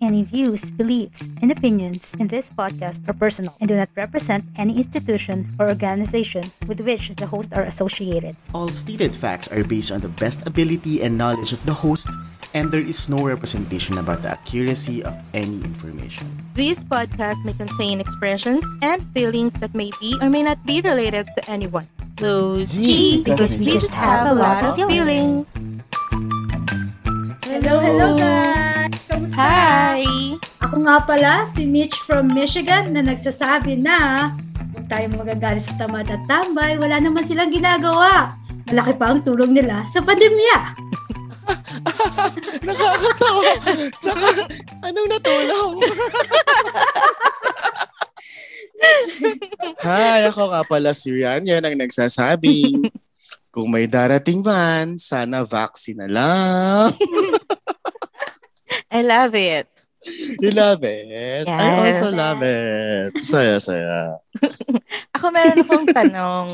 any views, beliefs, and opinions in this podcast are personal and do not represent any institution or organization with which the hosts are associated. All stated facts are based on the best ability and knowledge of the host, and there is no representation about the accuracy of any information. This podcast may contain expressions and feelings that may be or may not be related to anyone. So, Gee, because we just have a lot of feelings. Hello, hello guys! Kamusta? Hi! Ako nga pala, si Mitch from Michigan na nagsasabi na huwag tayong magagalit sa tamad at tambay, wala naman silang ginagawa. Malaki pa ang tulong nila sa pandemya. Nakakatawa. Tsaka, anong natulaw? Hi, ako nga pala si Rian. Yan ang nagsasabi. Kung may darating man, sana vaccine na lang. I love it. You love it. I Yes. also love it. Saya, saya. Ako meron akong tanong.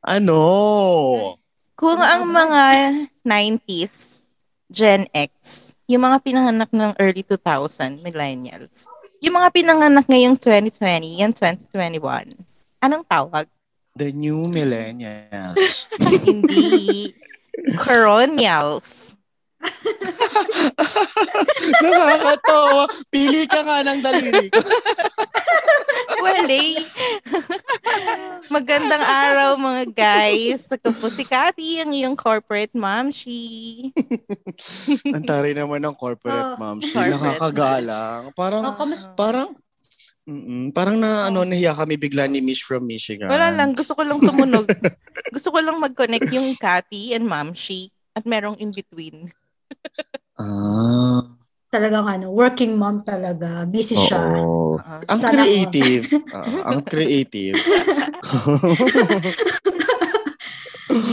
Ano? Kung ang mga 90s, Gen X, yung mga pinanganak ng early 2000, millennials, yung mga pinanganak ngayong 2020 and 2021, anong tawag? The new millennials. Hindi. Coronials. Nakakatawa. Pili ka nga ng daliri ko. Wale. Magandang araw mga guys. Ako po si Cathy, ang iyong corporate mom. She... Ang taray naman ng corporate, Oh, ma'am. She corporate. nakakagalang. Parang, Oh, kamusta? parang, mm parang na, ano, nahiya kami bigla ni Mish from Michigan. Wala lang. Gusto ko lang tumunog. gusto ko lang mag-connect yung Cathy and mom. She. At merong in-between. Ah, Talagang ano, working mom talaga. Busy siya. oo. Ah. Ang Sana creative. Ah, ang creative.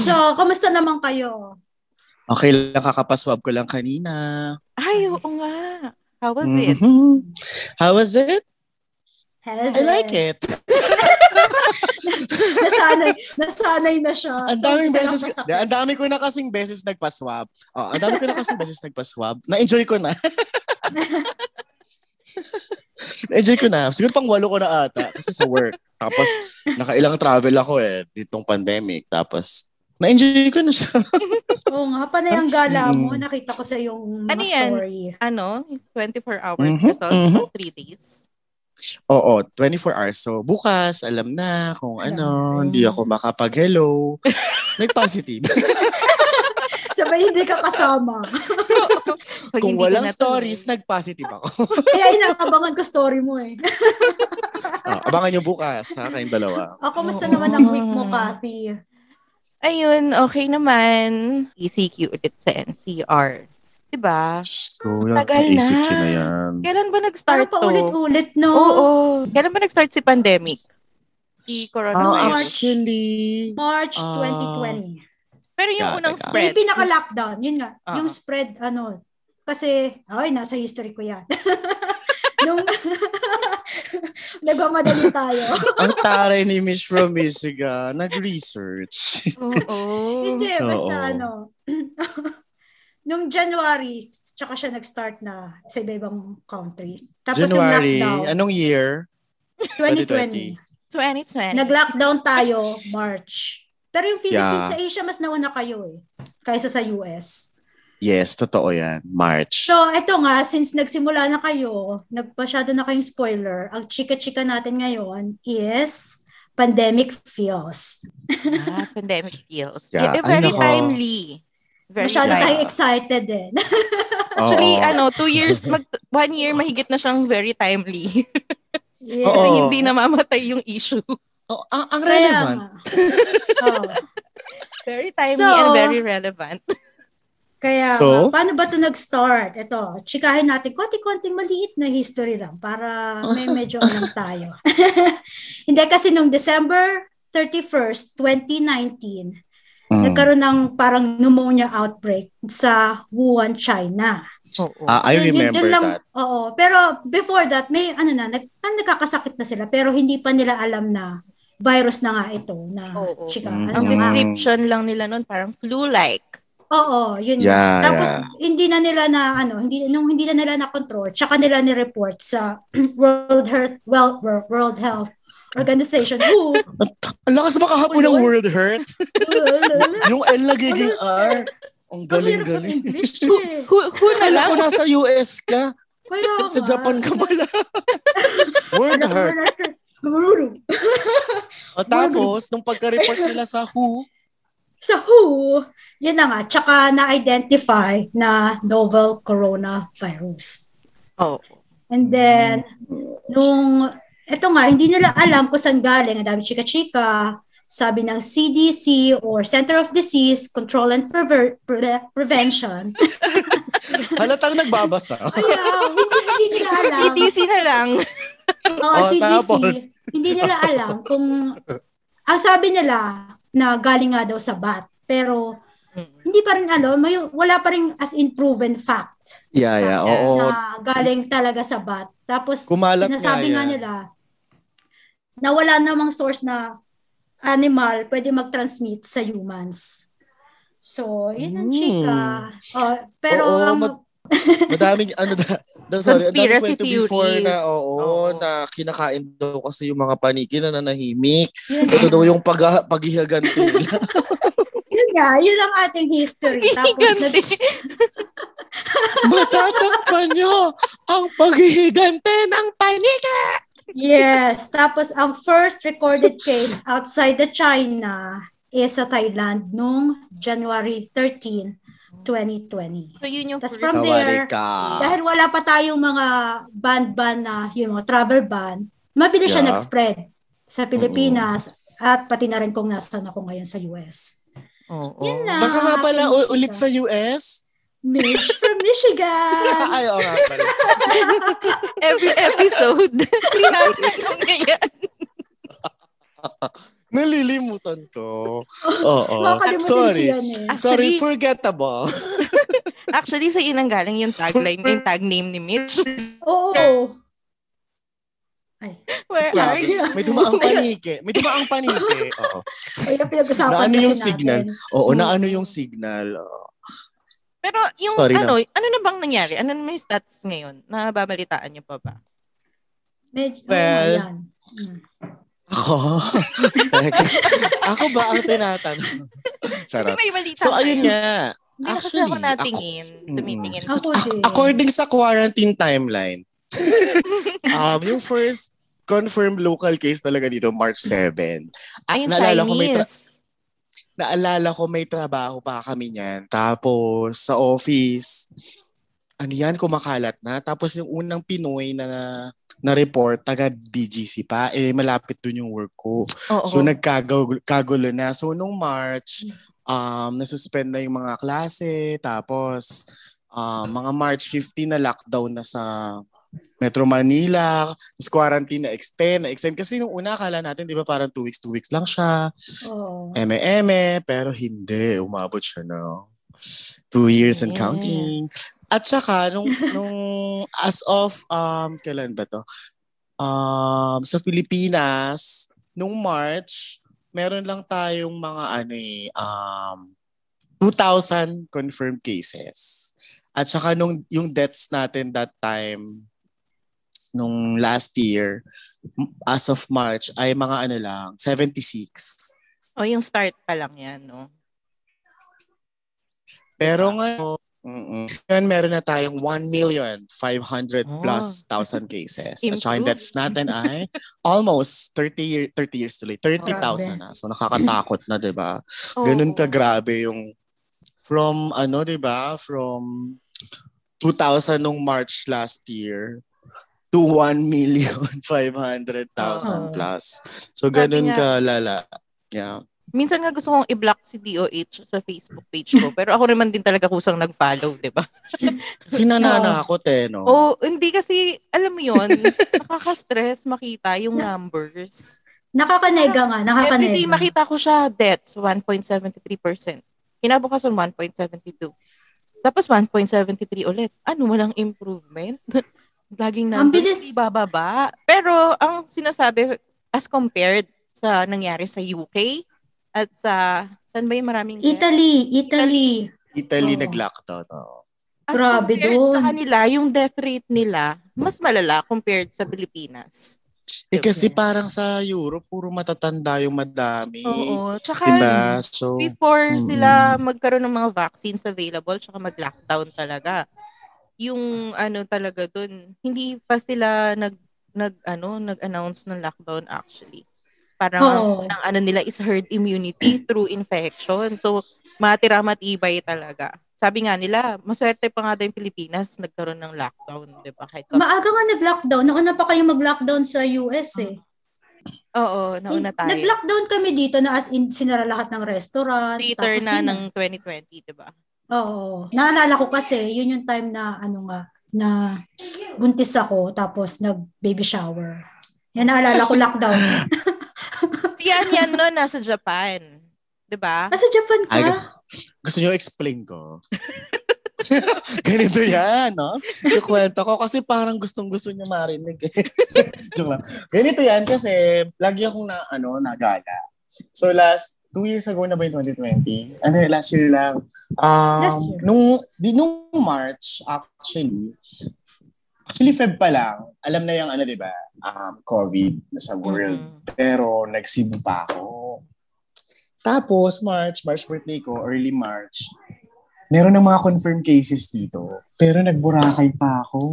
So, kamusta naman kayo? okay lang, kakapaswab ko lang kanina. Ay, oo nga. How was it? Mhm. How was it? How's I like it. nasanay, nasanay na siya. Ang Ah, So, daming isa lang beses, masakit. ang dami ko na kasing beses nagpaswab. Oh, ang dami ko na kasing beses nagpaswab. Na-enjoy ko na. Na-enjoy ko na. Siguro pang walo ko na ata kasi sa work. Tapos, nakailang travel ako eh, ditong pandemic. Tapos, na-enjoy ko na siya. Oo nga, panay ang gala mo. Mm. Nakita ko sa yung Ano mga yan? story. Ano? 24 hours Mhm, results mhm. of 3 days. Oo, 24 hours. So, bukas, alam na kung ano, na. hindi ako makapag-hello. Nag-positive. Sabay hindi ka kasama. Pag kung hindi ka walang natuloy. stories, nag-positive ako. Kaya inaabangan ko story mo eh. Ah, abangan nyo bukas, ha, kayong dalawa. O, kamusta Oo. naman ang week mo, Cathy? Ayun, okay naman. ECQ ulit sa NCR. Diba? So, yan, Tagal na. isip ko na yan. Kailan ba Parang nag-start to? paulit-ulit, no? Oo. Kailan ba nag-start si pandemic? Si No, March. coronavirus. Ah, actually, March Ah. 2020. Pero yung Yeah, unang teka. Yung spread. pinaka-lockdown, yun nga. Ah. Yung spread, ano, kasi, ay, nasa history ko yan. Nung, nagmamadali tayo. ang taray ni Miss from Michigan, nag-research. Oo. Hindi, basta Oo. ano. Nung January, tsaka siya nag-start na sa iba-ibang country. Tapos January, ano? yung lockdown, anong year? 2020. 2020. Nag-lockdown tayo, March. Pero yung Yeah. Philippines sa Asia, mas nauna kayo eh. Kaysa sa US. Yes, totoo yan. March. So, eto nga, since nagsimula na kayo, nagpasyado na kayong spoiler, ang chika-chika natin ngayon is pandemic feels. ah, pandemic feels. Yeah. Eh, Ay, very nako. timely. Very Masyado right. timely. tayong excited eh. din. Actually, Oo. ano, two years, mag, one year mahigit na siyang very timely. yes. Oo. Kasi hindi namamatay yung issue. Oh, ang, ang Kaya relevant. nga. Oo. Very timely So- and very relevant. Kaya, So? nga, paano ba ito nag-start? Ito, chikahin natin, konti-konting maliit na history lang para may medyo alam tayo. Hindi, kasi nung December 31st, 2019, Mm. nagkaroon ng parang pneumonia outbreak sa Wuhan, China. Oo. Ah, I So, yun- remember yun lang- that. Oo. Pero before that, may ano na, nag, ah, nagkakasakit na sila pero hindi pa nila alam na virus na nga ito na Oo. chika. Mm. Ano Ang nga. dis- description lang nila nun, parang flu-like. Oo, yun. Yeah, Tapos yeah. hindi na nila na ano, hindi nung hindi na nila na control, tsaka nila ni report sa World Health well, World World Health Organization. Who? Ang lakas makahapon ng Ulo. world hurt. Yung L nagiging R. Ang galing-galing. English. eh. Who, who na Kala lang? ko nasa US ka. Wala Sa nga. Japan ka pala. world Wala- hurt. wala- Guru. O tapos, nung pagka-report nila sa WHO, Sa who? Yun na nga, tsaka na-identify na novel coronavirus. Oh. And then, nung, eto nga, hindi nila alam kung saan galing. Ang dami chika-chika. Sabi ng CDC or Center of Disease Control and Prever- Pre- Prevention. halatang nagbabasa. Ayaw, hindi, hindi nila alam. PTC na lang. Oo, Oh, CDC. tapos? Hindi nila alam kung, ang sabi nila, na galing nga daw sa bat. Pero, hindi pa rin alam. May, wala pa rin as in proven fact. Yeah, yeah. Oo. na galing talaga sa bat. Tapos Kumalat nga sinasabi nga yan. nila na wala namang source na animal pwede mag-transmit sa humans. So, yun ang Hmm. chika. Oh, pero Oo, ang, mat- Madaming, ano, da, da, sorry, ang daming Conspiracy kwento before theories. na, oo, Oo. na kinakain daw kasi yung mga paniki na nanahimik. yun, Ito daw yung pag, paghihiganti nila. yun nga, yun ang ating history. Tapos, Gigante. nag- Masatakpan nyo ang paghihiganti ng paniki! yes, tapos ang first recorded case outside the China is sa Thailand noong January 13, 2020. So, yun yung first. Tas from Tawari there, ka. dahil wala pa tayong mga ban-ban na, yung mga travel ban, mabilis siya Yeah. nag-spread sa Pilipinas at pati na rin kung nasaan ako ngayon sa US. Oo. Yun na. Oh. Saka nga pala u- ulit sa Michigan. US? Mitch from Michigan! Ay, oo nga pala. Every episode, tinatanong niya yan. Nalilimutan ko. Oo. Makakalimutan Oh. Sorry. siya yan eh. Sorry, Actually- forgettable. Actually, sa inang galing yung tagline, yung tag name ni Mitch. Oo. Ay, Where Yeah. are you? May dumaang paniki. May dumaang paniki. Oo. ayun ang pinag-usapan Naano kasi ano yung natin. signal? Oo, na ano yung signal? Oo. Pero yung Sorry ano, ano na bang nangyari? Ano na may stats ngayon? Nababalitaan niyo pa ba? Medyo, oh, Well, well, yan. Mm. Ako? Teka. ako ba ang tinatanong? Hindi Charot. may balita. So, tayo. ayun nga. Hindi na kasi actually, ako eh. natingin. Mm. Tumitingin. Ako din. According sa quarantine timeline, um, yung first confirmed local case talaga dito, March 7. At Ayun, Ah, naalala ko, may, tra- Chinese. naalala ko may trabaho pa kami niyan. Tapos sa office, ano yan, kumakalat na. Tapos yung unang Pinoy na na-report, taga BGC pa, eh malapit dun yung work ko. Oo. So nagkagulo na. So nung March, um, nasuspend na yung mga klase. Tapos um, mga March 15 na lockdown na sa Metro Manila. Tapos quarantine na extend, na extend. Kasi nung una akala natin, di ba parang two weeks, two weeks lang siya. Oo. Eme-eme. Pero hindi, umabot siya na. Two years and Yes. counting. At saka, nung, nung as of, um, kailan ba to? Um, sa Pilipinas, nung March, meron lang tayong mga ano eh, um, 2,000 confirmed cases. At saka nung, yung deaths natin that time, nung last year, m- as of March, ay mga ano lang, 76. O, Oh, yung start pa lang yan, no? Pero ngayon, ngayon meron na tayong 1 million 500 Ah. plus thousand cases. At Improved. saka yung deaths natin ay almost 30, year, 30 years to late. 30,000 na. So nakakatakot na, di ba? Oh. Oh. Ganun ka grabe yung from ano, di ba? From 2,000 nung March last year to 1 million 500,000 Oo. plus. So ganun Sabi ka nga- lala. Yeah. Minsan nga gusto kong i-block si DOH sa Facebook page ko. pero ako naman din talaga kusang nag-follow, di ba? Sinananakot eh, O, no? Oh, hindi kasi, alam mo yun, nakaka-stress makita yung numbers. Nakakanega nga, Every day nakakanega. makita ko siya deaths, 1.73%. Kinabukasan 1.72. Tapos 1.73 ulit. Ano, walang improvement. Laging numbers, Ang di bilis. bababa. Pero ang sinasabi, as compared sa nangyari sa UK at sa, saan ba yung maraming deaths? Italy, Italy. Italy Oo. nag-lockdown. oo. As Grabe compared dun. sa kanila, yung death rate nila, mas malala compared sa Pilipinas. Eh kasi Yes. parang sa Europe, puro matatanda yung madami. Oo. Tsaka, Diba? So, before Mm. sila magkaroon ng mga vaccines available tsaka mag-lockdown talaga yung ano talaga dun hindi pa sila nag nag ano nag-announce ng lockdown actually parang Oo. ang ano nila is herd immunity through infection so matira matibay talaga sabi nga nila maswerte pa nga daw yung Pilipinas nagkaroon ng lockdown di ba kahit pa- Maaga nga nag-lockdown. Nauna pa kayo mag-lockdown sa US eh. oo nauna tayo Nag-lockdown kami dito na as in sinara lahat ng restaurants. Twitter tapos na yun ng 2020 di ba Oo. Naalala ko kasi, yun yung time na, ano nga, na buntis ako, tapos nag-baby shower. Yan, naalala ko lockdown. si Anyan no nasa Japan di ba Nasa Japan ka? Ay, gusto nyo explain ko? Ganito yan, no? Kukwento ko kasi parang gustong-gusto niya marinig. eh. Joke lang. Ganito yan kasi lagi akong na, ano, nagala. So last, two years ago na ba yung 2020? Ano, last year lang. Um, Last year. Nung, di, nung March, actually, actually Feb pa lang, alam na yung ano, di ba? Um, COVID na sa Mm. world. Pero nagsibo pa ako. Tapos, March, March birthday ko, early March, meron ng mga confirmed cases dito. Pero nagburakay pa ako.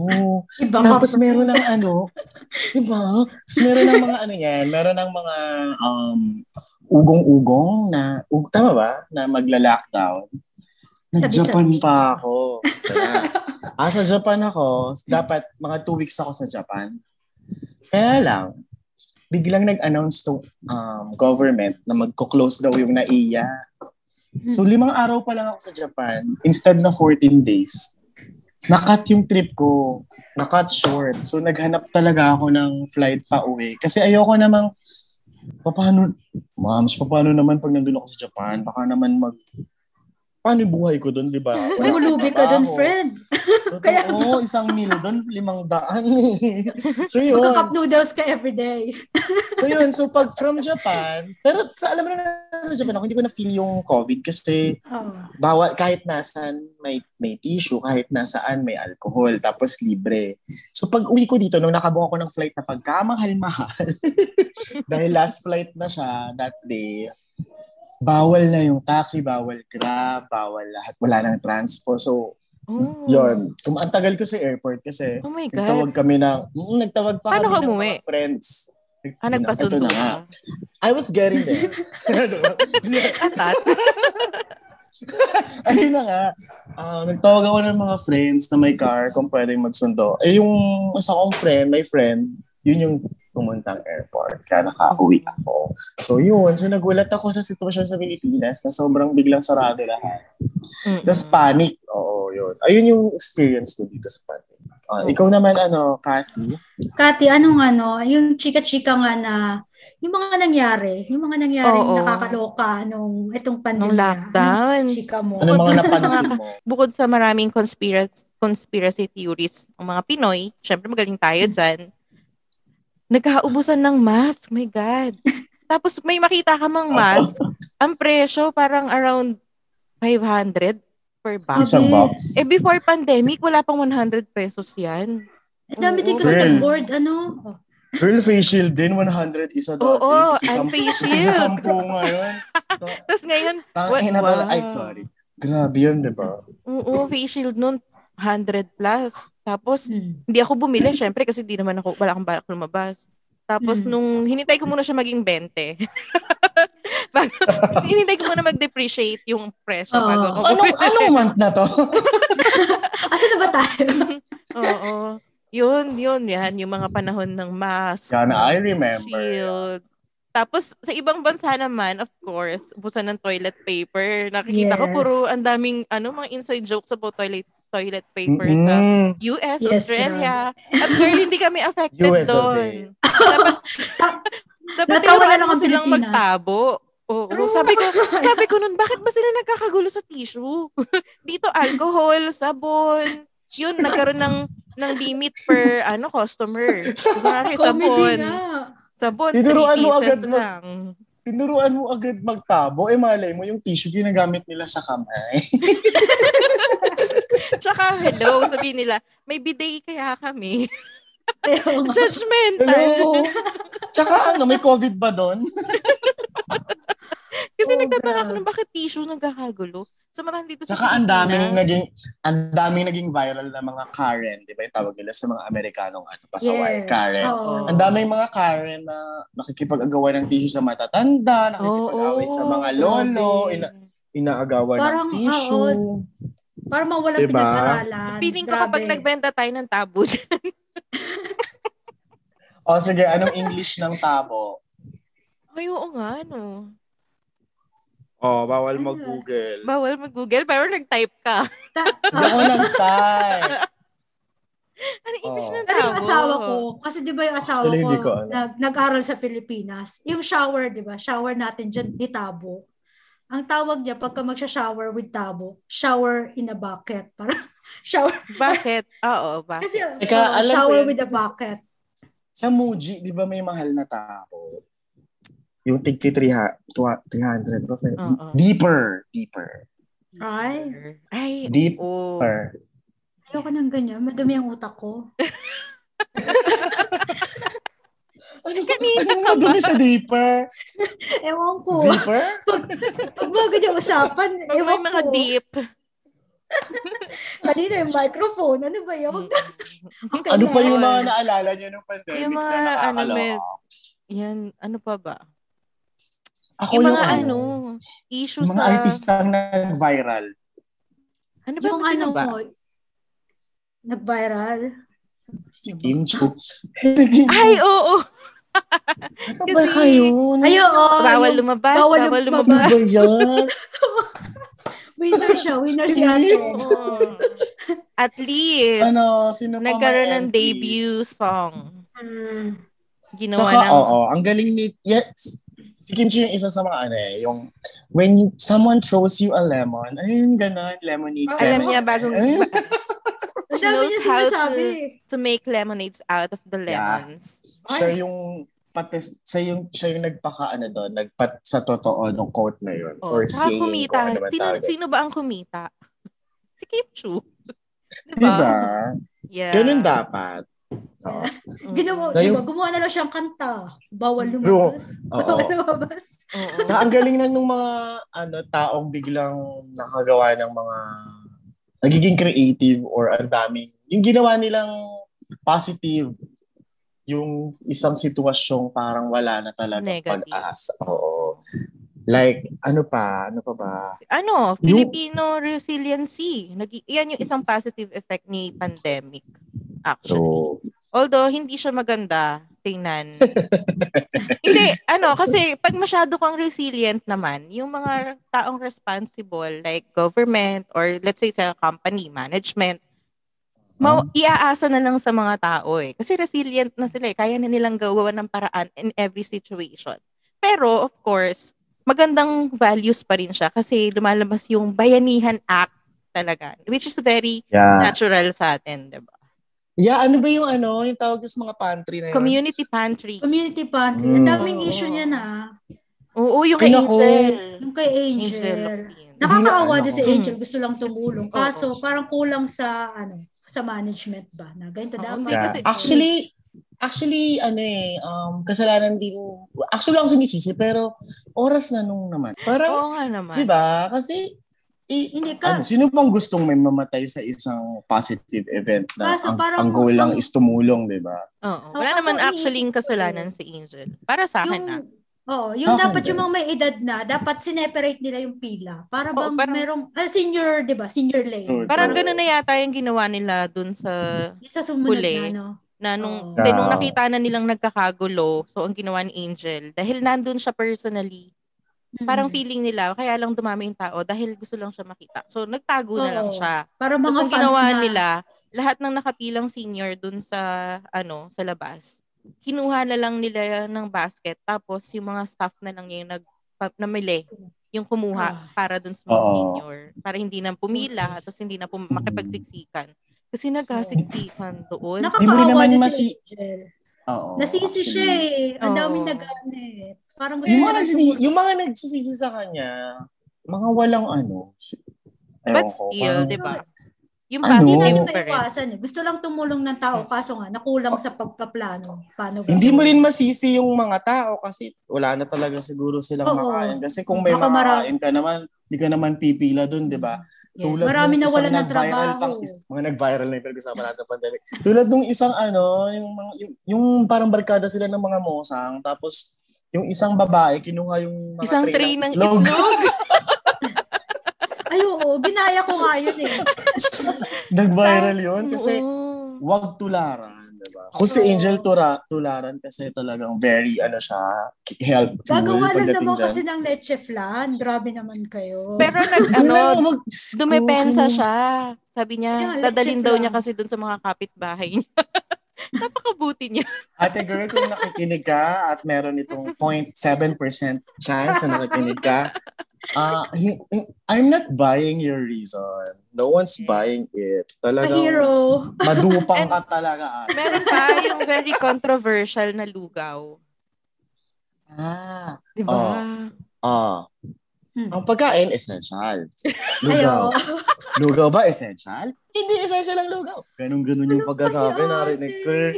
Iba ka. Tapos meron ng ano, di ba? Tapos meron ng mga ano yan, meron ng mga um, ugong-ugong na, ug, tama ba? Na magla-lockdown. Nag-Japan Sabi-sabi. pa ako. Tara. ah, sa Japan ako, dapat mga two weeks ako sa Japan. Kaya lang, biglang nag-announce to um, government na magko-close daw yung NAIA. So, limang araw pa lang ako sa Japan, instead na 14 days. Nakat yung trip ko. Nakat short. So, naghanap talaga ako ng flight pa uwi. Kasi ayoko namang, paano, mams, paano naman pag nandun ako sa Japan? Baka naman mag, paano yung buhay ko doon, di ba? Wala akong Mahulubi ka dun, trabaho. friend. Kaya Totoo, isang meal doon, limang daan. eh. so, yun. Magka-cup noodles ka everyday. So yun, so pag from Japan, pero sa, alam mo na sa Japan ako, hindi ko na-feel yung COVID kasi Oo. bawat kahit nasaan may may tissue, kahit nasaan may alcohol, tapos libre. So pag uwi ko dito, nung nakabuka ko ng flight na pagkamahal-mahal, dahil last flight na siya that day, bawal na yung taxi, bawal grab, bawal lahat, wala nang transpo. So, Oh. yun. Kung ang tagal ko sa airport kasi, Oh my God. nagtawag kami na, mm, nagtawag pa Paano kami ka umuwi? ng mga friends. Ah, Ito na- ito nagpasundo na nga. ka. I was getting there. Atat. Ayun na nga. Ah, nagtawag ako ng mga friends na may car kung pwedeng magsundo. Eh yung isa kong friend, my friend, yun yung pumuntang airport. Kaya nakauwi ako. So yun. So nagulat ako sa sitwasyon sa Pilipinas na sobrang biglang sarado lahat. Mm-mm. Tapos panic. Oo, yun. Ayun yung experience ko dito sa panic. Ah, ikaw naman, ano, Kathy? Kati, anong ano, yung chika-chika nga na, yung mga nangyari, yung mga nangyari Oo. nakakaloka nung itong pandemya. Nung lockdown. Anong chika mo. Ano mga dun sa napansin mo? Bukod sa maraming conspiracy, conspiracy theories ng mga Pinoy, syempre magaling tayo dyan, nagkaubusan ng mask. My God. Tapos may makita ka mang mask, ang presyo parang around 500 per box. Isang Grabe. box. Eh before pandemic, wala pang 100 pesos yan. Ang dami din kasi Girl. nag-board, ano? Girl face shield din, 100 isa dati. Oo, Tigsa ang sampu- face Tigsa shield. sampu ngayon. Tapos ngayon, Tangin na Wow. pala. Ay, sorry. Grabe yun, di ba? oo, face shield nun, 100 plus. Tapos, Hmm. hindi ako bumili, syempre, kasi di naman ako, wala akong balak lumabas. Tapos, Mm. nung hinintay ko muna siya maging 20. bago, hinintay ko muna mag-depreciate yung presyo Oo. bago ako Anong, bumili. anong month na to? Asa na Ah, ba tayo? Oo. Yun, yun, yan. Yung mga panahon ng mask, Sana I remember. shield. Tapos, sa ibang bansa naman, of course, ubusan ng toilet paper. Nakikita ko Yes. puro ang daming, ano, mga inside jokes about toilet toilet paper sa Mm-mm. US, Yes, Australia. At girl, hindi kami affected US all day. doon. Dapat, dapat Natawa na hayaan lang mo ang silang Pilipinas. magtabo. Oo, True. sabi ko, sabi ko nun, bakit ba sila nagkakagulo sa tissue? Dito alcohol, sabon. Yun, nagkaroon ng ng limit per ano customer. Kunwari, Comedy sabon. nga. Sabon, Tinuruan three mo ano agad pieces mo. lang. tinuruan mo agad magtabo, eh malay mo yung tissue ginagamit nila sa kamay. Tsaka hello, sabi nila, may bidet kaya kami. Pero, Judgmental. Hello? Tsaka ano, may COVID ba doon? Kasi Oh, nagtataka ko grabe. na bakit tissue nagkakagulo. Samantahan dito sa Tsaka ang daming Pilipinas, naging ang daming naging viral na mga Karen, 'di ba? Yung tawag nila sa mga Amerikanong ano, pasaway yes. Karen. Oo. Ang daming mga Karen na nakikipag-agawan ng tissue sa matatanda, nakikipag-away sa mga lolo, ina- inaagawan Parang, ah, ng tissue. Parang mawalang Diba? pinag-aralan. Feeling ko Grabe. kapag nagbenta tayo ng tabo dyan. O sige, anong English ng tabo? Ay, oo nga, no. Oh, bawal Ano? mag-Google. Bawal mag-google, pero nag-type ka. Ta- Hindi ako nag-type. Ano English Oo. ng Pero tabo? yung asawa ko, kasi di ba yung asawa Actually, ko, hindi ko alam. nag, nag-aral sa Pilipinas, yung shower, di ba? Shower natin dyan, Hmm. di tabo. Ang tawag niya, pagka magsha-shower with tabo, shower in a bucket. Parang shower. Bakit? Oo, bakit? Kasi Teka, oh, alam ko shower yun, with a kasi- bucket. Sa Muji, di ba may mahal na tao? Yung tigti 300, 300 ba? Oo. Deeper, deeper, Ay, Ay, Deep oo. deeper. ayoko nang ganyan. Madumi ang utak ko. Ano Kanina ano madumi sa deeper? Ewan ko. Zipper? Pag mga ganyan usapan, Pag may ewan mga ko. deep. Kanina yung microphone, ano ba yun? Okay, Ano pa yung next. mga naalala niyo nung pandemic Yung mga, na ano, nakakaloka? med- Yan, ano pa ba? Ako Yung yung, mga ano, ano, issue yung mga sa... artistang nag-viral. Ano ba Yung sino ano ba? mo, nag-viral. Si Kim Chu. Si Kim Ay, Chu. oo. Ano ba kasi- kayo? Ay, oo. bawal yung lumabas, Ano, bawal bawal, Ano lumabas. ba yan? Winner siya. Winner si Ate. Bilis. Oo. At least, Ano, sino pa may nagkaroon ng entry? debut song. Mm. Ginawa Saka, ng... oo, ang galing ni... Yes, si Kim Chu yung isa sa mga ano eh, yung when you, someone throws you a lemon, ayun, ganun, lemonade. Oo. Alam lemon. niya bagong... Ayun. Ang She dami knows niya how to- sinasabi. to make lemonades out of the Yeah. lemons. siya yung patest, siya yung, siya yung nagpaka ano doon, nagpat sa totoo ng quote na yun. Oh, or saka saying, kumita. kung ano man Sino, tawag. sino ba ang kumita? Si Kim Chu. Diba? Diba? Yeah. Ganun dapat. Oo. Mm. Ginawa, Ngayon- diba, gumawa na lang siyang kanta. Bawal Pero- lumabas. oo. Bawal lumabas. Oo. Saka ang galing na nung mga ano, taong biglang nakagawa ng mga nagiging creative or ang daming, yung ginawa nilang positive yung isang sitwasyong parang wala na talaga Negative. pag-asa. Oo. Like, ano pa? Ano pa ba? Ano, Yung- Filipino resiliency. Nag- yan yung isang positive effect ni pandemic. Actually. So, Although, hindi siya maganda. Tingnan. hindi, ano, kasi pag masyado kang resilient naman, yung mga taong responsible, like government, or let's say sa company, management, mau iaasa na lang sa mga tao eh. Kasi resilient na sila eh. Kaya na nilang gawa ng paraan in every situation. Pero, of course, magandang values pa rin siya kasi lumalabas yung Bayanihan Act talaga, which is very yeah. natural sa atin, di ba? Yeah, ano ba yung ano, yung tawag sa mga pantry na yun? Community pantry. Community pantry. Mm. Ang daming Oo. issue niya na. Oo, yung kay Pinako. Angel. Yung kay Angel Angel. Locsin. Nakakaawa din si Hindi na- Angel. Gusto lang tumulong. Oo. Kaso parang kulang sa ano sa management ba? Na ganito Oo, dapat. hindi kasi- Actually, actually, ano eh, um, kasalanan din, actually lang sinisisi, pero oras na nung naman. Parang, Oo nga naman. di diba? ba? Kasi, i- Hindi ano, ka- sino bang gustong may mamatay sa isang positive event na Kaso ang, parang- ang goal lang is tumulong, di ba? Oo. Oo, Wala kaso naman actually iniisip yung ko eh. kasalanan si Angel. Para sa akin ah. na. yung, Oh, yung Sa akin dapat din. yung mga may edad na, dapat sineperate nila yung pila. Para Oo, bang parang- merong ah, senior, 'di ba? Senior lane. Sure. Parang Oo. ganun na yata yung ginawa nila dun sa Yung sa sumunod Huli. na, no? na nung, Oo. hindi, nung Oo. nakita na nilang nagkakagulo, so ang ginawa ni Angel, dahil nandun siya personally, parang Mm. feeling nila, kaya lang dumami yung tao dahil gusto lang siya makita. So nagtago na lang Oo. siya. Parang Tapos mga ang fans ginawa na. nila, lahat ng nakapilang senior dun sa, ano, sa labas, kinuha na lang nila ng basket, tapos yung mga staff na lang yung nag, pa- namili, yung kumuha Ah. para dun sa mga Oo. senior. Para hindi na pumila, tapos hindi na pum- makipagsiksikan. Kasi nagkasiksikan doon. Hindi mo rin Nakakaawa naman din masi- si Angel. Oo. Nasisi actually. siya eh. Ang Oo. daming nagalit. Parang Yung mga, parang nagsisi, yung mga nagsisisi sa kanya, mga walang ano. ewan But ko, still, parang- di ba? Yung Ano? Hindi positive natin pa rin. Mm. maiwasan eh. Gusto lang tumulong ng tao kaso nga nakulang sa pagpaplano. Paano ba? Hindi mo rin masisi yung mga tao kasi wala na talaga siguro silang Oo. makain. Kasi kung may Baka marami- makain ka naman, hindi ka naman pipila dun, di ba? Yeah. Tulad Marami nung na isang wala ng nag-viral trabaho. pang- is- mga nag-viral na yung pinag-usapan natin ng pandemic. Tulad nung isang ano, yung, mga, yung, yung parang barkada sila ng mga mosang, tapos yung isang babae, kinuha yung mga Isang tray ng itlog. Ay, oo. Ginaya ko nga yun eh. Nag-viral yun kasi Oo. wag tularan, di ba? Kung si Oo. Angel tura, tularan kasi talagang very, ano siya, helpful. Gagawa lang pagdating naman dyan. kasi ng leche flan. Grabe naman kayo. Pero nag, Ano, ano, wag, Diyos ko, dumepensa ano. siya. Sabi niya, Yeah, dadalhin legit daw lang. niya kasi dun sa mga kapitbahay niya. Napakabuti niya. Ate girl, kung nakikinig ka at meron itong 0.7% chance na nakikinig ka, ah, hi- hi- I'm not buying your reason. No one's buying it. A Talagang hero. madupang ka talaga. ah. ate. Meron pa yung very controversial na lugaw. Ah. Di ba? Oh. Ah. Hmm. Ang pagkain, essential. Ayaw. Lugaw. Lugaw ba essential? Hindi essential ang lugaw. Ano Ganun-ganun yung pagkasabi yun, narinig ko. eh.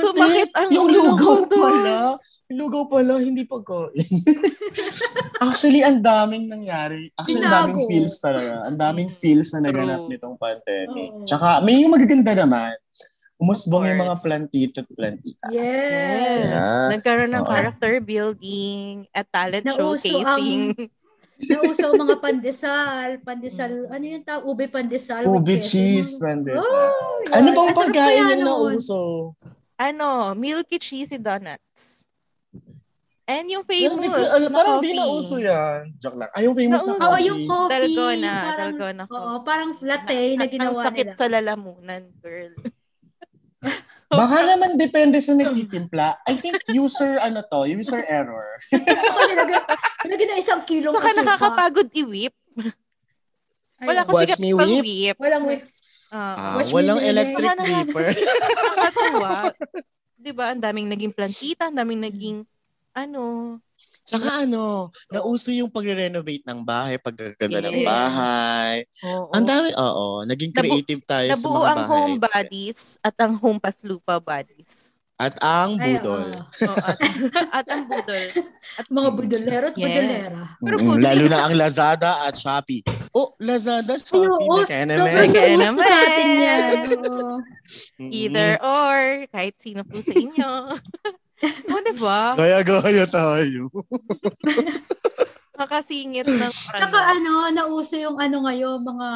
So, bakit ang yung lugaw lugaw doon? pala, yung lugaw pala, hindi pagkain. Actually, ang daming nangyari. Actually, ang daming Binago. feels talaga. Ang daming feels na naganap Mm. True. nitong pandemic. Oo. Tsaka, may yung magaganda naman. Umusbong yung Of mga plantito at plantita. Yes. Yeah. Nagkaroon ng Oo. character building at talent Nauso showcasing. Nauso ang mga pandesal. Pandesal. Ano yung tao? Ube pandesal. with Ube cheese, Ah, pandesal. Oh, yun. Ano bang Ang sarap pagkain kaya yung nun. nauso? ano, milky cheesy donuts. And yung Pero famous di ko, alam, na parang coffee. di nauso yan. Joke lang. Ay, yung famous na Nauso. Oo, coffee. yung coffee. Dalgona, parang, dalgona Oo, coffee. parang latte na At ginawa ang sakit nila. sa lalamunan, girl. Baka naman depende sa nagtitimpla. I think user ano to, user error. Ako nilagay, nilagay na isang kilong Saka asukal. nakakapagod i-whip. Ayun. Wala Watch kasi me pang whip. whip. Walang whip. Ah, Ah, Watch walang me do it. electric Wala na. paper. nakakatuwa. Di ba? Ang daming naging plantita, ang daming naging ano. Tsaka ano, nauso yung pagre-renovate ng bahay, pagkaganda ng Yeah. bahay. Oo. Ang dami, oo. Naging Nabu- creative tayo sa Nabuo mga ang bahay. home bodies at ang home paslupa bodies. At ang Ay, budol. oo. Oo, at, at ang budol. At Mga budolero at Yes. budolera. Pero Mm, budol. Lalo na ang Lazada at Shopee. Oh, Lazada, Ay, Shopee, oo. Sobrang Mekaneme. Kaya gawas na sa naman. atin yan. Oo. Either or, kahit sino po sa inyo. o, di ba? Gaya-gaya tayo. Makasingit ng Tsaka ano, nauso yung ano ngayon, mga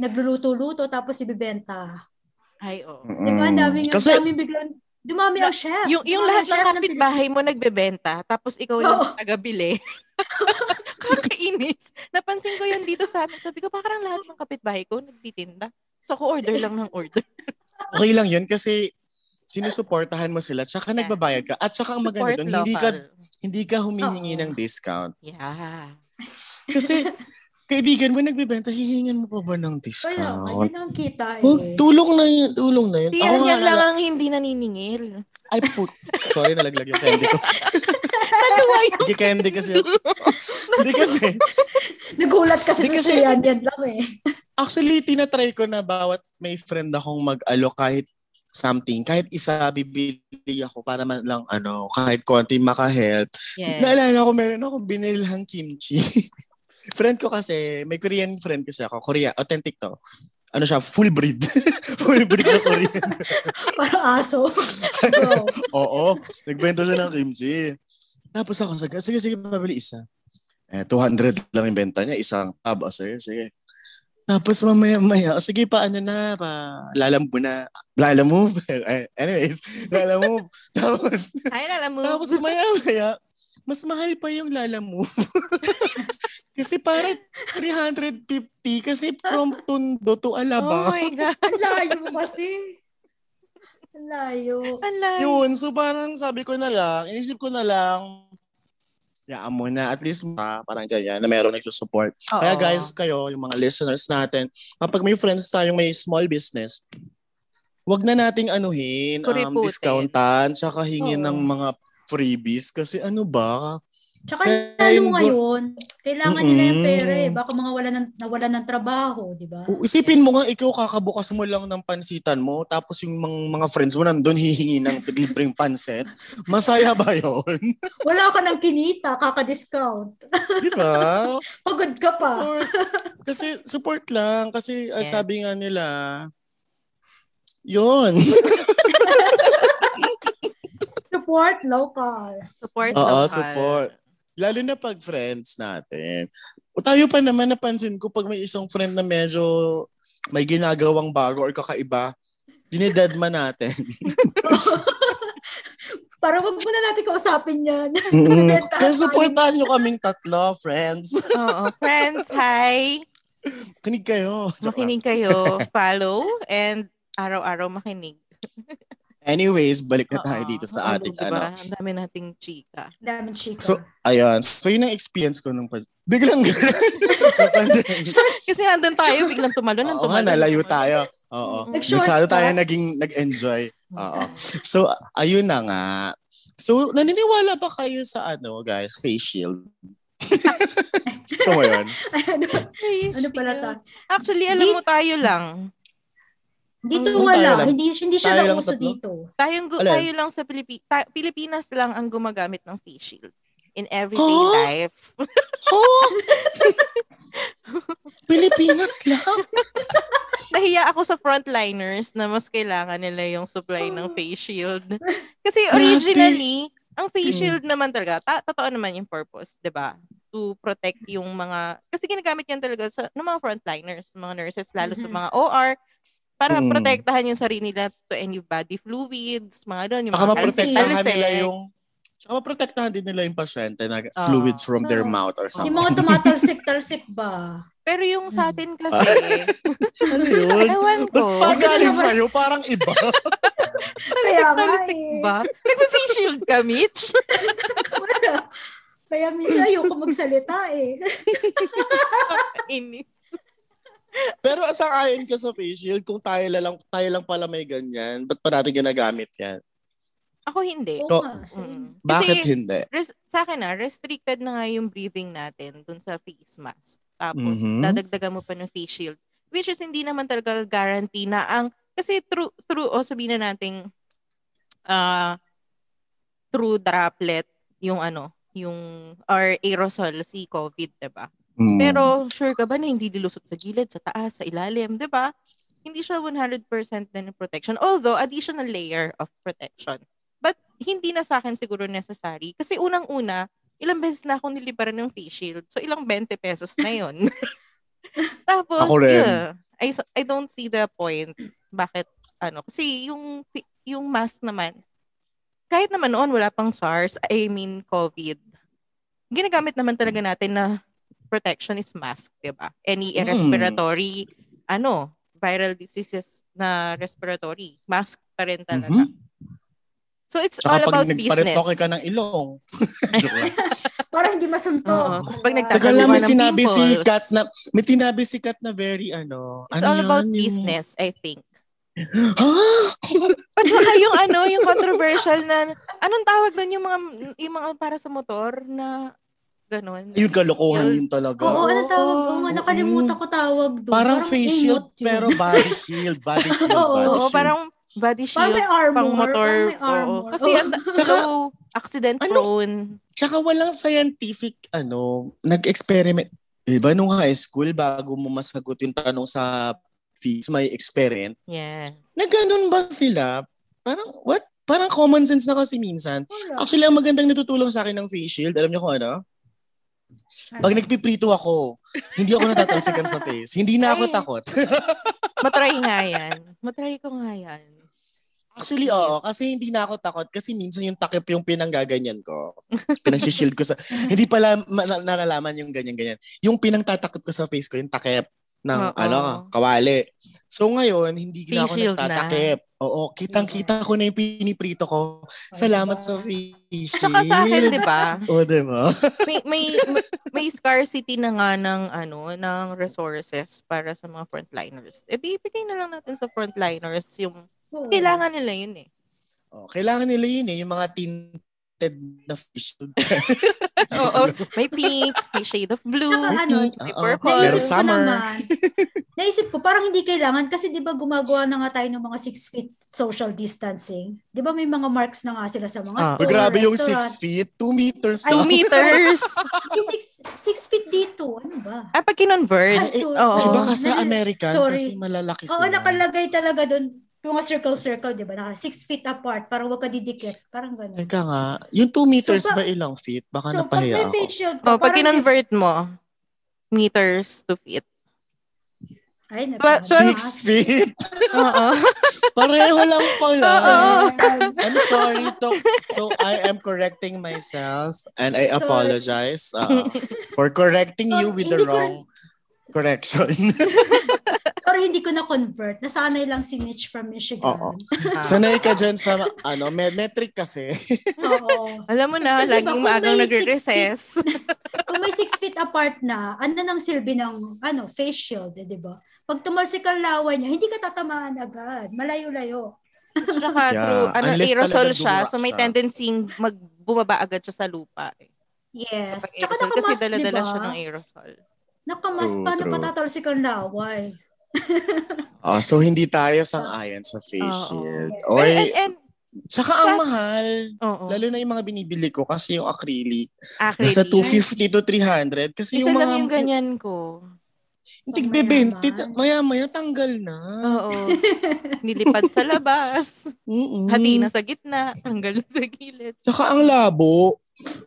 nagluluto-luto tapos ibibenta. Ay, oo. Di ba? Diba? Ang daming, ang Mm. Kasi, daming biglang, dumami ang chef. Yung, yung Dumami lahat ng ang chef kapitbahay mo nagbebenta, tapos ikaw yung Oo. tagabili. Kakainis. Napansin ko yun dito sa amin. Sabi ko, parang lahat ng kapitbahay ko nagtitinda. So, ko order lang ng order. okay lang yun kasi sinusuportahan mo sila tsaka Yeah. nagbabayad ka. At tsaka ang Support maganda doon, hindi ka, local. hindi ka humihingi Oo. ng discount. Yeah. Kasi kaibigan mo nagbebenta, hihingan mo pa ba ng discount? Kaya, ayun ang kita Ah. eh. Huwag, tulong na yun, tulong na yun. Si yan nga yan lang nala- ang hindi naniningil. Ay, put. Sorry, nalaglag yung candy ko. Dalawa yung Hindi candy kasi. ako. Hindi kasi. Nagulat kasi Di sa kasi- siyan yan lang eh. Actually, tinatry ko na bawat may friend akong mag-alok kahit something, kahit isa bibili ako para man lang ano, kahit konti makahelp. Yes. Naalala ko meron akong binilhang kimchi. friend ko kasi, may Korean friend kasi ako, Korea, authentic to. Ano siya, full breed. full breed na Korean. Para aso. Bro. Oo, nagbenta siya ng kimchi. Tapos ako, sige, sige, sige pabili isa. Eh, 200 lang yung benta niya, isang tab. O, sige, sige. Tapos mamaya, maya, o sige pa, ano na, pa, lalambo na. Lalamove? Eh, Anyways, lalamove. Tapos, Ay, alam mo. tapos maya, maya, mas mahal pa yung lalamove. kasi parang 350 kasi from Tondo to Oh Alabang. my God. Ang layo mo kasi. Ang layo. Ang layo. Yun, so parang sabi ko na lang, inisip ko na lang, yaan mo na, at least ma, parang ganyan, na meron nagsusupport. Oo. Kaya guys, kayo, yung mga listeners natin, kapag may friends tayong may small business, wag na nating anuhin, um, Kuriputin. discountan, tsaka hingin Oo. ng mga freebies kasi ano ba? Tsaka Kaya lalo yung- ngayon, kailangan nila yung Mm-mm. pera eh. Baka mga wala ng, nawala ng trabaho, di ba? O, Isipin mo nga, ikaw kakabukas mo lang ng pansitan mo, tapos yung mga, mga friends mo nandun hihingi ng libreng pansit. Masaya ba yun? Wala ka ng kinita, kaka-discount. Di ba? Pagod ka pa. Support. kasi support lang. Kasi ah, Ah. Yes. sabi nga nila, yun. Support local. Support Oo, local. support. Lalo na pag friends natin. O tayo pa naman napansin ko pag may isang friend na medyo may ginagawang bago or kakaiba, dinedadma natin. Para wag muna natin kausapin yan. Mm-mm. Kaya supportahan nyo kaming tatlo, friends. Oo. Friends, hi. Kinig kayo. Makinig kayo. Follow. And araw-araw makinig. Anyways, balik na tayo Oo. dito sa Oo, ating diba? ano. Ang dami nating chika. Damn chika. So, ayun. So, yun ang experience ko nung pas- Biglang Kasi nandun tayo, biglang tumalon. nang Oo nga, tumalon, nalayo tumalon. tayo. Oo. Nag-short Masyado cut. tayo naging nag-enjoy. Oo. So, ayun na nga. So, naniniwala ba kayo sa ano, guys, face shield? Gusto mo yun? ano, Ay, ano pala shit. ta? Actually, alam Di- mo tayo lang. Dito Kung nga tayo lang. lang- Hindi, hindi siya tayo lang nauso tatlo? dito. Tayong gu- Alin? tayo lang sa Pilipi- ta- Pilipinas lang ang gumagamit ng face shield in everyday Huh? life. Oh! Pilipinas lang? Nahiya ako sa frontliners na mas kailangan nila yung supply Oh. ng face shield. Kasi originally, ang face Mm. shield naman talaga, ta- totoo naman yung purpose, 'di ba? To protect yung mga kasi ginagamit yan talaga sa ng mga frontliners, mga nurses lalo sa Mhm. mga OR para Mm. protektahan yung sarili nila to any body fluids, mga doon, yung Baka mga maprotektahan talisay. nila yung Saka maprotektahan din nila yung pasyente na Ah. fluids from their Ah. mouth or Yung something. mga tumatalsik-talsik ba? Pero yung Hmm. sa atin kasi, Ano yun? ewan ko. Ba't pagaling sa'yo, parang iba. Kaya nga Talisik eh. ba? Nagpa-face shield ka, Mitch? Wala. Kaya minsan ayoko magsalita eh. Ini. Pero asang ayon ka sa face shield, kung tayo la lang, tayo lang pala may ganyan, ba't pa natin ginagamit yan? Ako hindi. Oo Eh, Ko- nga. same. Mm. Bakit Kasi, hindi? res- sa akin na, restricted na nga yung breathing natin dun sa face mask. Tapos, Mhm. dadagdagan mo pa ng face shield. Which is, hindi naman talaga guarantee na ang, kasi through, through o sabihin na natin, uh, through droplet, yung ano, yung, or aerosol, si COVID, diba? Hmm. Mm. Pero sure ka ba na hindi dilusot sa gilid, sa taas, sa ilalim, 'di ba? Hindi siya 100% na ng protection. Although additional layer of protection. But hindi na sa akin siguro necessary kasi unang-una, ilang beses na ako nilibaran ng face shield. So ilang 20 pesos na 'yon. Tapos Ako rin. yeah, I s- I don't see the point bakit ano kasi yung fi- yung mask naman kahit naman noon wala pang SARS, I mean COVID. Ginagamit naman talaga natin na protection is mask, 'di ba? Any Mm. respiratory ano, viral diseases na respiratory, mask pa rin talaga. Mhm. So it's all Tsaka pag about business. nagparetoke ka ng ilong. Joke lang. Para hindi masunto. Oo. Tapos pag nagtatawa Teka lang, may ng sinabi si pimples. Kat na, may tinabi si Kat na very ano. It's ano all yun? about Yung- business, I think. Ha? At saka yung ano, yung controversial na anong tawag doon yung mga yung mga para sa motor na ganun. Yung kalokohan Yun. yun talaga. Oo, ano tawag? Oo. Oo, nga, nakalimutan ko tawag doon. mm. Parang face ingot shield, yun. pero body shield. Body shield, Oo, body Oo, shield. parang body Parang shield may armor. pang motor. Parang may armor. Oh. Oo. Kasi Oo. ang Tsaka, so, accident ano? prone. Tsaka walang scientific, ano, nag-experiment. Diba nung high school, bago mo masagot yung tanong sa fees, may experiment. Yes. Na ganun ba sila? Parang, what? Parang common sense na kasi minsan. Wala. Actually, ang magandang natutulong sa akin ng face shield, alam niyo kung ano? Pag nagpiprito ako, hindi ako natatalsikan sa face. Hindi na ako Ay. takot. Matry nga yan. Matry ko nga yan. Actually, oo. Kasi hindi na ako takot. Kasi minsan yung takip yung pinanggaganyan ko. Pinagsishield ko sa... hindi pala ma- na- nalalaman yung ganyan-ganyan. Yung pinangtatakip ko sa face ko, yung takip ng Oo. ano, kawali. So ngayon, hindi Face na ako shield na. nagtatakip. Oo, kitang-kita ko na yung piniprito ko. Salamat sa face shield. Oh, diba? Tsaka diba? sa akin, diba? di ba? O, di ba? May, may, may scarcity na nga ng, ano, ng resources para sa mga frontliners. E di, ibigay na lang natin sa frontliners yung Oo. kailangan nila yun eh. Oh, kailangan nila yun eh, yung mga teen tinted na fish. Oo, may pink, may shade of blue, Tsaka may ano, purple. Pero Naisip ko summer. naman, naisip ko, parang hindi kailangan kasi di ba gumagawa na nga tayo ng mga six feet social distancing? Di ba may mga marks na nga sila sa mga Ah, store, grabe yung 6 restaurant. feet, 2 meters Ay, lang. Two meters. Ay, six, six feet dito. Ano ba? ah, pag kinonvert. Ay, sorry. Oo. Iba ka sa Nali- American sorry. kasi malalaki Oo, sila. nakalagay talaga doon. Yung mga circle-circle, di ba? Naka six feet apart. Parang huwag ka didikit. Parang ganun. Teka nga, yung 2 meters So, pa- ba ilang feet? Baka So, pag may napahiya ako. face shield Oh, ka, pag parang... di- kinonvert mo, meters to feet. Ay, But- nagkakataas. 6 feet? Oo. Pareho lang ko Oo. lang. Ayan. I'm sorry to. So I am correcting myself and I Sorry. apologize uh, for correcting you Sorry, with the hindi ko wrong correction. Or hindi ko na-convert. Nasanay lang si Mitch from Michigan. Oo. Ah. Sanay ka dyan sa ano, me- metric kasi. Oo. Alam mo na, Kasi diba, laging kung maagang may nagre-recess. Kung may six feet apart na, ano nang silbi ng ano, face shield, eh, di ba? Pag tumalsik ang laway niya, hindi ka tatamaan agad. Malayo-layo. Tsaka Yeah. through, ano, Unless aerosol talagang siya, dumura so may siya. tendency magbumaba agad siya sa lupa. Eh. Yes. Pag Tsaka aerosol, kasi nakamask, di dala-dala ba? siya ng aerosol. Nakamask, True, paano true. patatalsik ang laway? Ah, so hindi tayo sang-ayon sa face Oo. shield. Pero, Oy, and, and, tsaka ang mahal. oo. Lalo na yung mga binibili ko kasi yung acrylic. Actually, Nasa 250 to 300. Ito Kasi yung mga... lang yung ganyan ko. Hindi, Pag bebente. mayaman. Maya-maya, tanggal na. Oo. Nilipad sa labas. Mm-mm. Hati na sa gitna. Tanggal na sa gilid. Tsaka ang labo.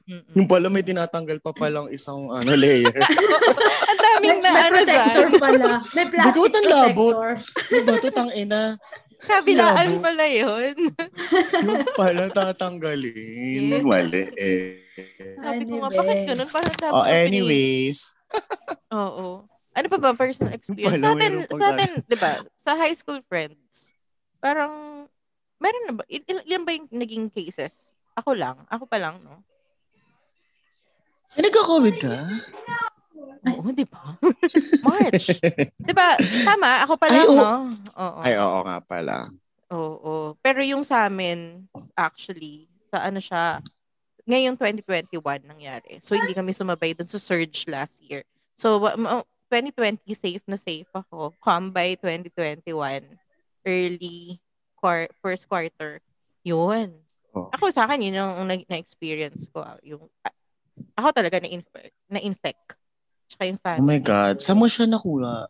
Mm-mm. Yung pala may tinatanggal pa palang isang ano, layer. Ang daming na may ano protector dyan. pala. May plastic Bigot ang labot. protector. Ano ba to tang ina? Kabilaan Labo. pala yun. Yung pala tatanggalin. Yeah. Mali eh. Ah, Sabi ko nga, bakit ganun? Parang dapat ko Oh, pinili- anyways. Oo. Ano pa ba personal experience? Pala, Sa atin, mayroon pang sa atin, di ba, sa high school friends, parang, meron na ba? Il- il- ilan ba yung naging cases? Ako lang. Ako pa lang, no? Ay, nagka-COVID ka? Oo, di ba? March. Di ba? Tama, ako pa diba? Ay, lang, oo. no? Oo. Ay, oo nga pala. Oo. Pero yung sa amin, actually, sa ano siya, ngayong 2021 nangyari. So, hindi kami sumabay dun sa surge last year. So, wa- ma- 2020, safe na safe ako. Come by 2021, early quar- first quarter. Yun. Oh. Ako sa akin, yun yung nag- na-experience ko. Yung, a- ako talaga na-infect. na-infect. Tsaka yung Oh family. my God. Saan mo siya nakuha?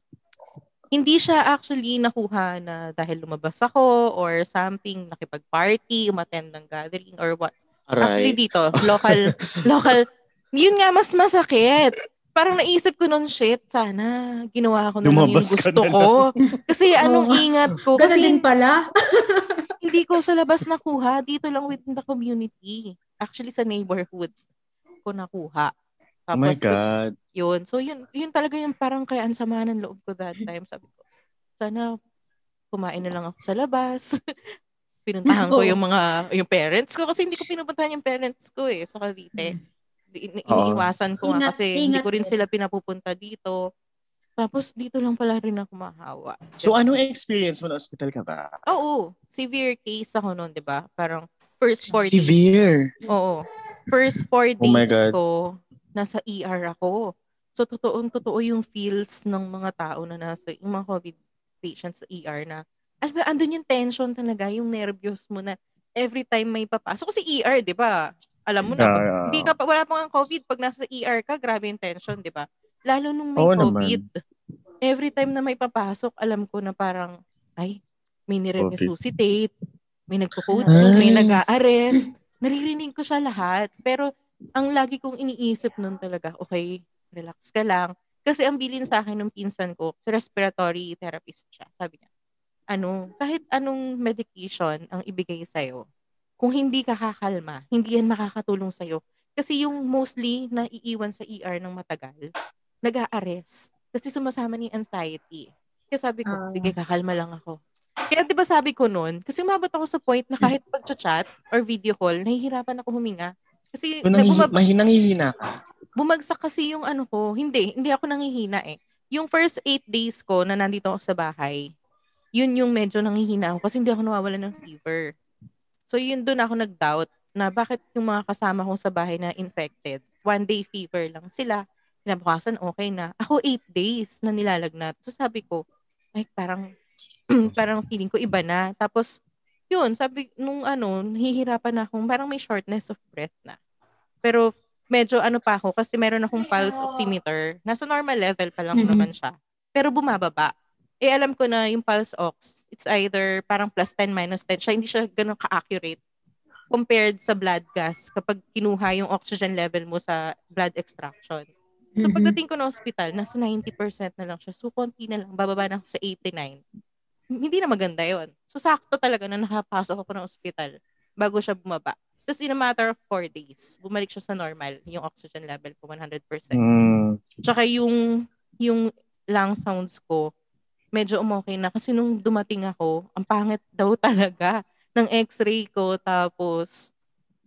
Hindi siya actually nakuha na dahil lumabas ako or something, nakipag-party, umattend ng gathering or what. Actually Aray. dito, local, local, yun nga mas masakit. Parang naisip ko nun, shit, sana ginawa ko na lang yung Lumabas ka gusto na ko. Kasi anong ingat ko. Ganun din Kasi pala. hindi ko sa labas nakuha. Dito lang within the community. Actually, sa neighborhood ko nakuha. Oh my Tapos, God. yun. So, yun, yun talaga yung parang kaya ang sama ng loob ko that time. Sabi ko, sana kumain na lang ako sa labas. Pinuntahan ko No. yung mga, yung parents ko. Kasi hindi ko pinuntahan yung parents ko eh, sa Cavite. Ini- Oo. Iniiwasan ko nga Mm. Ingat- kasi hindi ingat ko rin din. sila pinapupunta dito. Tapos dito lang pala rin ako mahawa. So, anong experience mo na hospital ka ba? Oo, severe case ako noon, di ba? Parang first four days. Severe. Oo. First four days Oh my God. ko, nasa ER ako. So, totoong totoo yung feels ng mga tao na nasa, yung mga COVID patients sa ER na, alam mo, andun yung tension talaga, yung nervyos mo na every time may papasok. Kasi ER, di ba? Alam mo na, Yeah, pag- yeah. hindi ka pa, wala pang COVID. Pag nasa ER ka, grabe yung tension, di ba? Lalo nung may Oo naman. COVID. Every time na may papasok, alam ko na parang, ay, may nire-resuscitate, may nagpo-code, may Nice. nag-a-arrest. Naririnig ko siya lahat. Pero ang lagi kong iniisip nun talaga, okay, relax ka lang. Kasi ang bilin sa akin ng pinsan ko, sa respiratory therapist siya, sabi niya, ano, kahit anong medication ang ibigay sa'yo, kung hindi ka kakalma, hindi yan makakatulong sa'yo. Kasi yung mostly na iiwan sa ER ng matagal, nag-a-arrest. Kasi sumasama ni anxiety. Kaya sabi ko, Ah. sige, kakalma lang ako. Kaya di ba sabi ko noon, kasi umabot ako sa point na kahit pag-chat or video call, nahihirapan ako huminga. Kasi So, nangihi- nabumab- mahi- nangihina ka. bumagsak kasi yung ano ko. Hindi, hindi ako nanghihina eh. Yung first eight days ko na nandito ako sa bahay, yun yung medyo nanghihina ako kasi hindi ako nawawala ng fever. So yun doon ako nag-doubt na bakit yung mga kasama ko sa bahay na infected, one day fever lang sila, kinabukasan okay na. Ako eight days na nilalagnat. So sabi ko, ay parang, parang feeling ko iba na. Tapos, yun, sabi, nung ano, hihirapan na akong, parang may shortness of breath na. Pero medyo ano pa ako, kasi meron akong pulse oximeter. Nasa normal level pa lang Mhm. naman siya. Pero bumababa. Eh, alam ko na yung pulse ox, it's either parang plus 10, minus 10. Siya, hindi siya ganun ka-accurate compared sa blood gas kapag kinuha yung oxygen level mo sa blood extraction. So Mhm. pagdating ko ng hospital, nasa 90% na lang siya. So konti na lang, bababa na ako sa 89. Hindi na maganda yon. So sakto talaga na nakapasok ako ng hospital bago siya bumaba. Tapos in a matter of four days, bumalik siya sa normal, yung oxygen level ko 100%. Mm. Tsaka yung, yung lung sounds ko, medyo umokay na. Kasi nung dumating ako, ang pangit daw talaga ng x-ray ko. Tapos,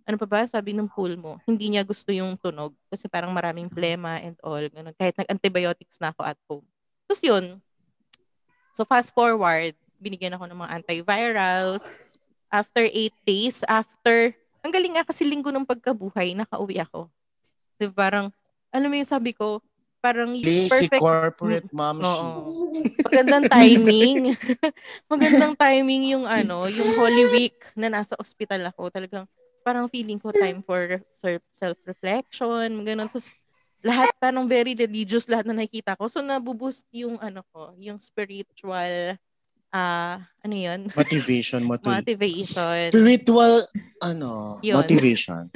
ano pa ba, sabi ng pool mo, hindi niya gusto yung tunog. Kasi parang maraming plema and all. Ganun. Kahit nag-antibiotics na ako at home. Tapos yun. So fast forward, binigyan ako ng mga antivirals. After eight days, after, ang galing nga kasi linggo ng pagkabuhay, nakauwi ako. Di ba, parang, alam mo yung sabi ko, parang Lazy perfect corporate mom she. Oo. Magandang timing. Magandang timing yung ano, yung Holy Week na nasa ospital ako. Talagang parang feeling ko time for self- self-reflection, ganun. Tapos lahat parang very religious lahat na nakikita ko. So nabuboost yung ano ko, yung spiritual ah ano yun? Motivation, motivation. Motivation. Spiritual, ano, Yun. motivation.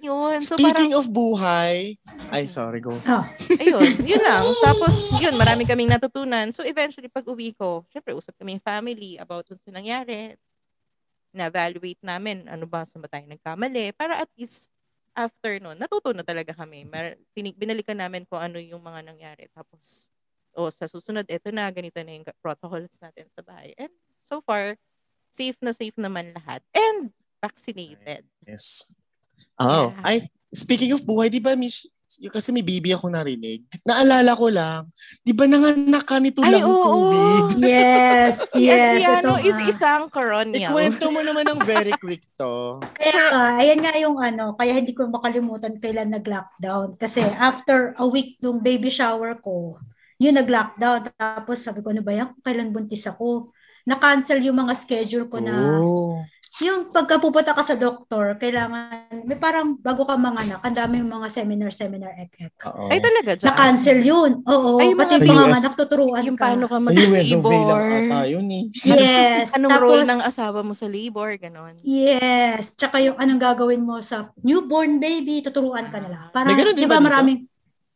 Yun. So parang, Speaking of buhay, ay sorry, go. ayun, yun lang. Tapos, yun, marami kaming natutunan. So, eventually, pag uwi ko, syempre, usap kami yung family about dun sa nangyari. Na-evaluate namin, ano ba, saan ba tayo nagkamali? Para at least, after nun, natuto na talaga kami. Mar- tinig- binalikan namin kung ano yung mga nangyari. Tapos, o sa susunod, eto na, ganito na yung protocols natin sa bahay. And so far, safe na safe naman lahat. And vaccinated. Yes. Oh, Yeah. ay, speaking of buhay, di ba, Miss, y- kasi may bibi ako narinig. Naalala ko lang, di ba nanganak ka nito Ay, oo. lang COVID? Yes, yes. ito Adriano is nga. isang coronial. Ikwento mo naman ng very quick to. Kaya nga, ayan nga yung ano, kaya hindi ko makalimutan kailan nag-lockdown. Kasi after a week nung baby shower ko, yun nag-lockdown. Tapos sabi ko, ano ba yan? Kailan buntis ako? Na-cancel yung mga schedule ko na, Oh. yung pagka pupunta ka sa doktor, kailangan, may parang bago ka manganak, ang dami yung mga seminar, seminar, ek, ek. Oo. Ay, talaga, John. Na-cancel yun. Oo, Ay, yung pati mga- Sa yung mga US. anak, tuturuan yung ka. paano ka Sa US of A lang ata mag-labor. yun eh. Yes. Anong Tapos, role ng asawa mo sa labor, ganon. Yes. Tsaka yung anong gagawin mo sa newborn baby, tuturuan ka nila. Para, May ganun din di ba ba dito? maraming...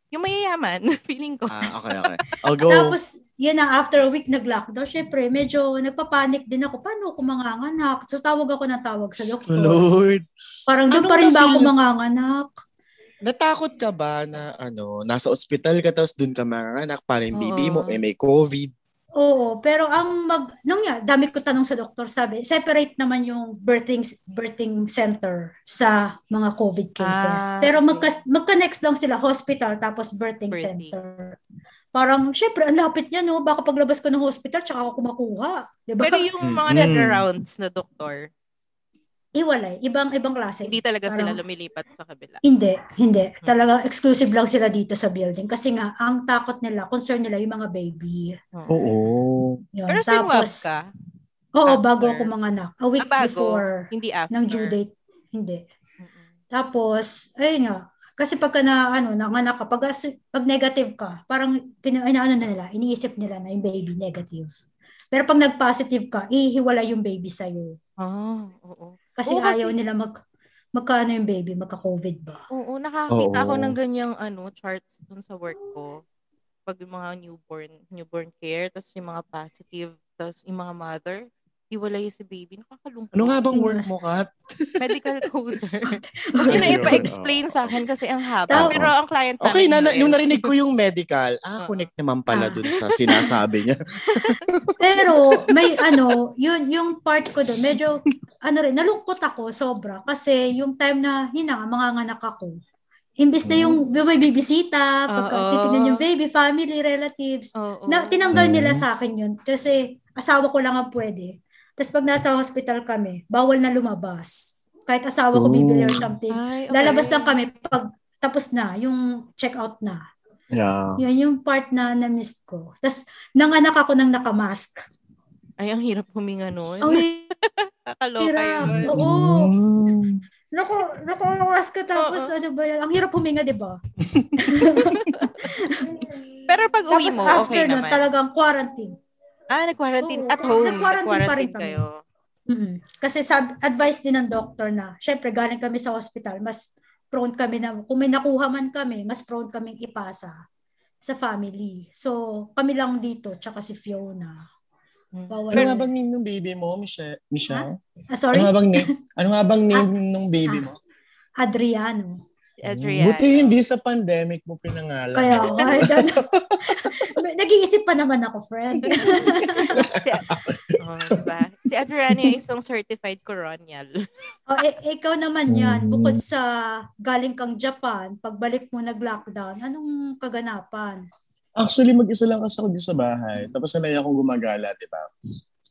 Yung mayayaman, feeling ko. Ah, okay, okay. I'll go. Tapos, yun na, after a week nag-lockdown, syempre, medyo nagpapanik din ako. Paano ako manganganak? So, tawag ako ng tawag sa doktor. Lord. Parang doon Anong pa rin ba ako na-feel? manganganak? Natakot ka ba na ano, nasa ospital ka tapos dun ka manganak para yung bibi mo Oo. eh may COVID? Oo, pero ang mag... Nung nga, dami ko tanong sa doktor, sabi, separate naman yung birthing, birthing center sa mga COVID Ah, cases. pero okay. magka, magka-next lang sila, hospital, tapos birthing, Birthing. center. Parang, syempre, ang lapit niya, no? Baka paglabas ko ng hospital, tsaka ako makuha. Di ba? Pero yung mga Mm. mm. rounds na doktor, Iwalay, ibang-ibang klase. hindi talaga sila Parang- lumilipat sa kabila. Hindi, hindi. Hmm. Talaga exclusive lang sila dito sa building. Kasi nga, ang takot nila, concern nila yung mga baby. Oo. Yun. Pero sinwab ka, Oo, bago after? ako manganak. A week Ah, bago. before. hindi after. ng due date. Hindi. Mm-mm. Tapos, ayun nga. Kasi pagka na, ano, nanganak ka, pag, pag negative ka, parang, pina- ano na nila, iniisip nila na yung baby negative. Pero pag nag-positive ka, ihiwala yung baby sa'yo. Oh, oo. Kasi Oo, kasi- ayaw nila mag, magkaano yung baby, magka-COVID ba? Oo, nakakita Oo. ako ng ganyang ano, charts dun sa work ko. Pag yung mga newborn, newborn care, tapos yung mga positive, tapos yung mga mother, hiwalay si baby. Nakakalungkot. Ano nga bang work mo, Kat? Medical coder. Ayun, Yun ang yun. ipa-explain sa akin kasi ang haba. Tama. Pero ang client Okay, namin, na, na- Noel. nung narinig ko yung medical, ah, Oo. connect naman pala Ah. dun sa sinasabi niya. Pero may ano, yun yung part ko doon, medyo ano rin, nalungkot ako sobra kasi yung time na yun na nga manganganak ako. Imbis na yung may bibisita, Hmm. Oo. pagka titignan yung baby, family, relatives, Oo. na, tinanggal Mm. nila sa akin yun kasi asawa ko lang ang pwede. Tapos pag nasa hospital kami, bawal na lumabas. Kahit asawa ko bibili or something. Ay, okay. Lalabas lang kami pag tapos na, yung check-out na. Yeah. Yun yung part na na-miss ko. Tapos, nanganak ako ng nakamask. Ay, ang hirap huminga nun. Ang Kakaloka hirap. yun. Oo. Hmm. Mm. Naku, nakamask ka tapos Oo. ano ba yan? Ang hirap huminga, di ba? Pero pag uwi Tapos mo, after okay nun, naman. talagang quarantine. ah, nag-quarantine Oo, at home. nag-quarantine pa rin Nag-quarantine kami. kayo. Mm. Kasi sab- advice din ng doctor na, syempre galing kami sa hospital, mas prone kami na, kung may nakuha man kami, mas prone kaming ipasa sa family. So, kami lang dito, tsaka si Fiona. Mm. Bawal. Ano nga bang name ng baby mo, Michelle? Michelle? Ah, Ano sorry, Ah. nga bang name? Ano nga bang name ng baby mo? Adriano. Adrian. Mm, Buti hindi sa pandemic mo pinangalan. Ah, Ano? Kaya, ay, dan- nag-iisip pa naman ako, friend. Oh, diba? Si Adrian yung isang certified coronial. O, eh, ikaw naman yan, Mm. bukod sa galing kang Japan, pagbalik mo nag-lockdown, anong kaganapan? Actually, mag-isa lang kasi ako dito sa bahay. Tapos sanay akong gumagala, di ba?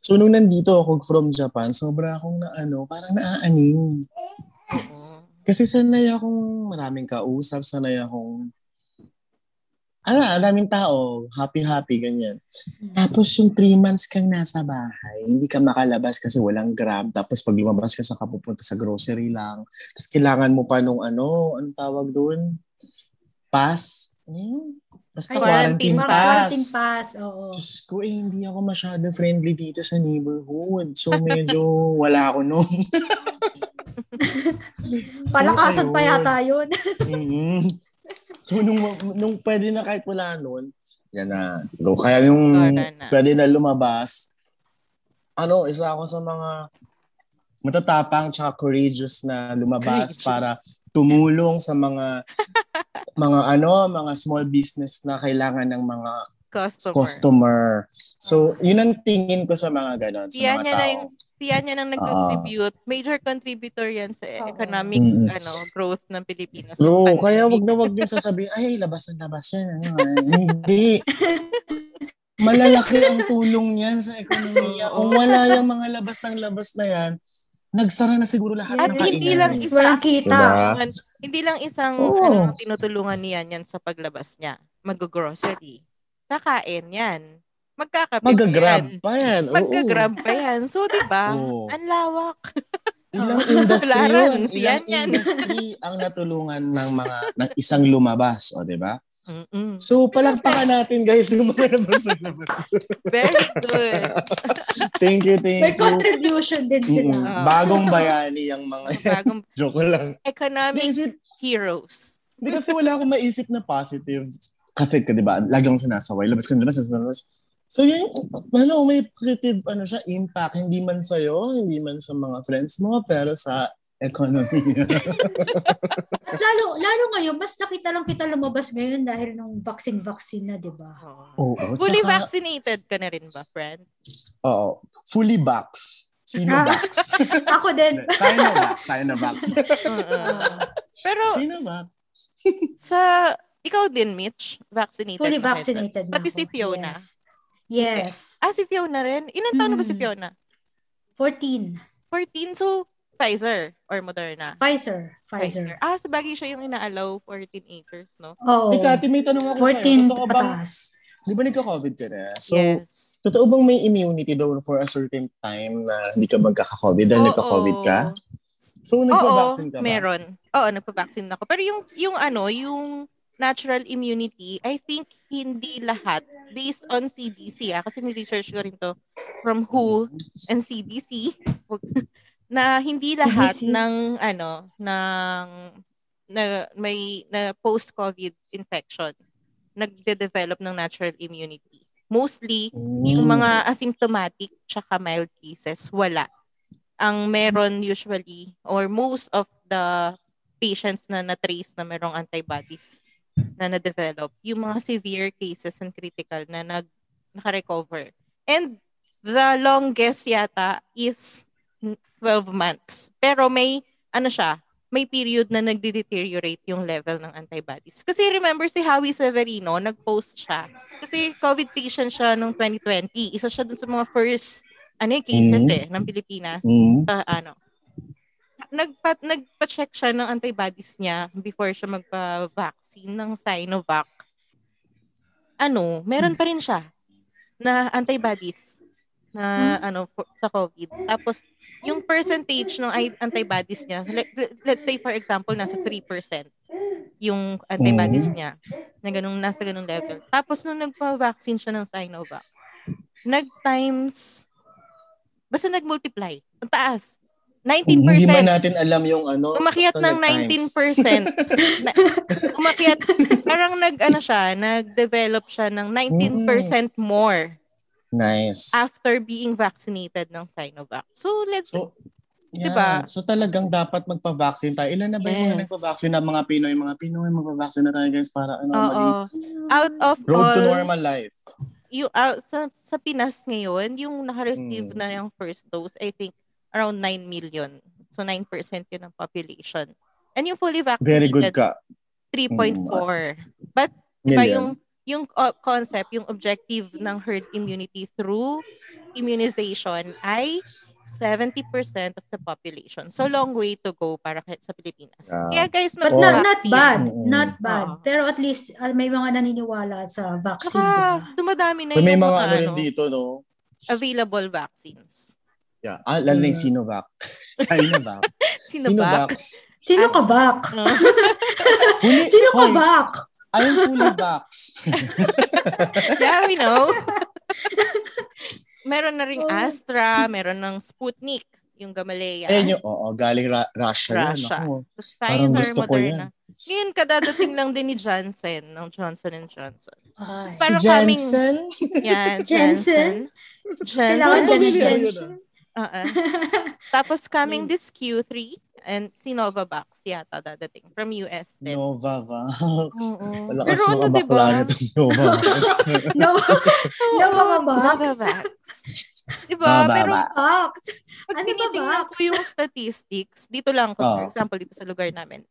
So, nung nandito ako from Japan, sobra akong na ano, parang naaaning. Oo. Kasi sanay akong maraming kausap, sanay akong ala, maraming tao, happy-happy, ganyan. Hmm. Tapos yung three months kang nasa bahay, hindi ka makalabas kasi walang grab. Tapos pag lumabas ka, saka pupunta sa grocery lang. Tapos kailangan mo pa nung ano, anong tawag doon? Pass? Ano yun? Basta Ay, quarantine quarantine, Parang pass. quarantine pass, oo. Diyos ko, eh, hindi ako masyado friendly dito sa neighborhood. So, medyo wala ako noon. So, Palakasan pa ayun. yata yun. Mhm. So, nung, nung pwede na kahit wala noon, yan na. Go. Kaya nung Wala na. pwede na lumabas, ano, isa ako sa mga matatapang tsaka courageous na lumabas Courageous. para tumulong sa mga mga ano, mga small business na kailangan ng mga Customer. customer. So, Mm-hmm. yun ang tingin ko sa mga ganon, sa Siya mga niya na tao. Ah. yung siya niya nang nag-contribute. Major contributor yan sa Oo. economic Mm-mm. ano growth ng Pilipinas. True, Pandemic. kaya wag na wag yung sasabihin, ay, labas na labas yan. Ano, ay, hindi. Malalaki ang tulong niyan sa ekonomiya. Kung wala yung mga labas ng labas na yan, nagsara na siguro lahat ng At kainan. hindi lang isa. Walang kita. Diba? Tulungan- Hindi lang isang Oo. ano tinutulungan niyan yan sa paglabas niya. Mag-grocery. Kakain yan. Magkakape pa Magagrab yan. pa yan. oo. Magka-grab pa Ano? yan. So, di ba? Oo. Ang lawak. Ilang industry Tularan, yun. yan Ilang yan. industry ang natulungan ng mga ng isang lumabas, o 'di ba? Mm-mm. So palakpakan natin guys yung mga labas na labas. Very good. Thank you, thank May you. contribution din sila. Mm-mm. Bagong bayani ang mga Bagong joke lang. economic Naisip, heroes. hindi kasi wala akong maisip na positive. Kasi, di ba, lagi akong sinasaway. Labas ka na, labas, labas, labas. So, yun, ano, may positive, ano siya, impact. Hindi man sa'yo, hindi man sa mga friends mo, pero sa economy. Lalo, lalo ngayon, mas nakita lang kita lumabas ngayon dahil nung vaccine-vaccine na, diba? di ba? Oo. oo, oo. Oh. Fully Tsaka- vaccinated ka na rin ba, friend? Oo. Fully box. Ah. Sinovax. Ako din. Sinovax. Sinovax. Oo. Pero Sinovax. sa ikaw din, Mitch, vaccinated Fully na kayo. vaccinated na Pati si ako. Fiona. Yes. Yes. Ah, si Fiona rin? Ilan taon na ba si Mm. Fiona? 14. 14, so Pfizer or Moderna? Pfizer. Pfizer. Ah, sabagay siya yung ina-allow 14 acres, no? Oo. Hey, Kati, may tanong ako sa'yo. 14 Totoo bang, pataas. di ba nagka-COVID ka na? So, yes. Totoo bang may immunity daw for a certain time na hindi ka magkaka-COVID dahil Oo. nagka-COVID ka? So, nagpa-vaccine Oo, ka ba? meron. Oo, nagpa-vaccine ako. Pero yung, yung ano, yung natural immunity, I think hindi lahat based on CDC. Ah, kasi ni-research ko rin to from WHO and CDC na hindi lahat CDC. ng ano ng na may na post-COVID infection nagde-develop ng natural immunity. Mostly, yung Mm. Hmm. mga asymptomatic tsaka mild cases, wala. Ang meron usually or most of the patients na na-trace na merong antibodies na na-develop, yung mga severe cases and critical na nag naka-recover. And the longest yata is 12 months. Pero may, ano siya, may period na nagde-deteriorate yung level ng antibodies. Kasi remember si Howie Severino, nag-post siya kasi COVID patient siya noong 2020. Isa siya dun sa mga first ano yung cases Mm. eh, ng Pilipinas. Mm. Sa ano, nagpa, nagpa-check siya ng antibodies niya before siya magpa-vaccine ng Sinovac. Ano, meron pa rin siya na antibodies na ano for- sa COVID. Tapos yung percentage ng i- antibodies niya, let, let's say for example, nasa 3% yung antibodies niya na ganung, nasa ganung level. Tapos nung nagpa-vaccine siya ng Sinovac, nag-times, basta nag-multiply. Ang taas. 19%. Hindi man natin alam yung ano. Umakyat basta ng nag-times. 19%. na, umakyat. Parang nag, ano siya, nag-develop siya ng 19% Mm. more Nice. after being vaccinated ng Sinovac. So, let's, So, yeah. Diba? So talagang dapat magpa-vaccine tayo. Ilan na ba yung mga Yes. nagpa-vaccine na mga Pinoy? Mga Pinoy, magpa-vaccine na tayo guys para ano, maging oo, out of road to all, normal life. yung, out, sa, sa Pinas ngayon, yung naka-receive Mm. na yung first dose, I think, around 9 million. So, 9% yun ang population. And yung fully Very vaccinated, good ka. Mm. 3.4. But Diba yung Million. yung uh, concept, yung objective ng herd immunity through immunization ay 70% of the population. So long way to go para kahit sa Pilipinas. Yeah. Kaya guys, But Oo. not, not mag-vaccine. bad. Oo. Not Ah. bad. Oo. Pero at least ah, may mga naniniwala sa vaccine. Tsaka dumadami na Pero may yung mga mga, ano rin ano, dito, no? available vaccines. Yeah. Ah, lalo na yung Mm. Sinovac. Sinovac. Sino ba? Sino ka back? No. Huli, Sino ka hoy, back? I'm fully vax. yeah, we know. meron na ring Oh. Astra, meron ng Sputnik, yung Gamaleya. Ayan yung, oo, galing Ra- Russia. Russia. Yun, ako. Tapos Parang Pfizer, gusto ko Moderna. Ngayon, kadadating lang din ni Johnson, ng Johnson and Johnson. Ay. Si Parang kaming- Jensen. Yan, Jensen? Johnson. Kailangan Johnson. Parang din ni familiar yun, ah. Jensen. Oo. Uh-uh. Tapos coming this Q3, and si Novavax yata dadating from US ah. din. Novavax. Oo. Malakas Pero ano, mga bakla diba? na itong Novavax. no, no mga box. Novavax. Diba? Novavax. Pero box. pag Ano ba, tinitingnan Vax? ko yung statistics, dito lang ko, for Oo. example, dito sa lugar namin,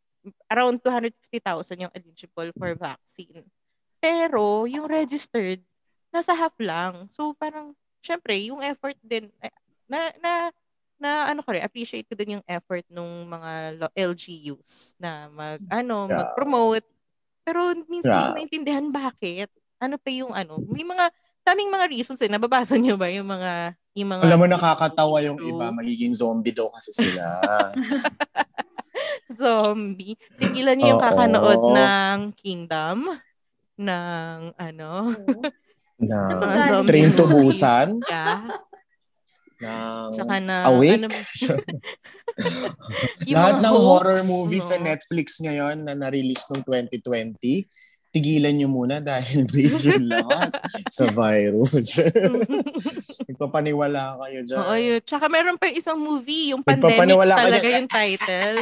around 250,000 yung eligible for vaccine. Pero yung registered, nasa half lang. So parang, syempre, yung effort din, eh, na, na, na ano ko rin, appreciate ko din yung effort nung mga lo- LGUs na mag, ano, Yeah. mag-promote. Pero minsan Yeah. hindi maintindihan bakit. Ano pa yung ano, may mga, taming mga reasons eh, nababasa niyo ba yung mga, yung mga Alam mo, nakakatawa yung issue? iba. Magiging zombie daw kasi sila. zombie. Tigilan niyo yung Oo. kakanood ng Kingdom ng ano, Sa na mga zombie train to movie. Busan. yeah. Ng, Tsaka na Awake? ano, yung lahat mga ng hoax, horror movies no? sa Netflix ngayon na na-release noong 2020, tigilan nyo muna dahil based yun lahat sa virus. Nagpapaniwala kayo dyan. Oo, yun. Tsaka meron pa yung isang movie, yung pandemic Nagpapaniwala ka talaga dyan. yung title.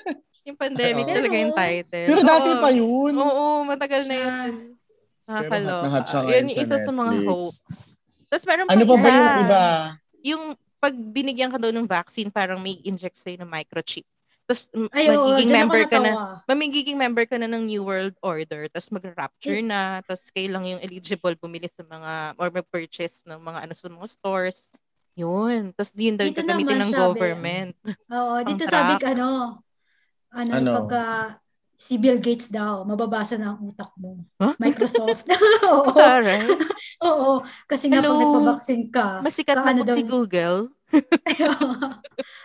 yung pandemic Oo. talaga yung title. Pero dati Oo. pa yun. Oo, matagal na yun. Pero hot na Nakakaloka. hot siya Ah, Yun ngayon yung sa isa sa mga Netflix. hoax. Tapos meron Ano pa pa ba isa. yung iba? Yung pag binigyan ka daw ng vaccine, parang may inject sa'yo ng microchip. Tapos m- Ay, oo, magiging dyan ako member ka na natawa. mamigiging member ka na ng New World Order, tapos mag-rapture na, tapos kayo lang yung eligible bumili sa mga, or mag-purchase ng mga ano sa mga stores. Yun. Tapos yun daw yung Dito gagamitin naman ng sabi. government. Oo, dito Ang sabi trap. ka, ano, ano, Ano? pagka si Bill Gates daw, mababasa na ang utak mo. Huh? Microsoft. oo, Alright. oo, kasi nga pag Hello. nagpa-vaccine ka, Masikat na po Kaano ano daw si yun? Google.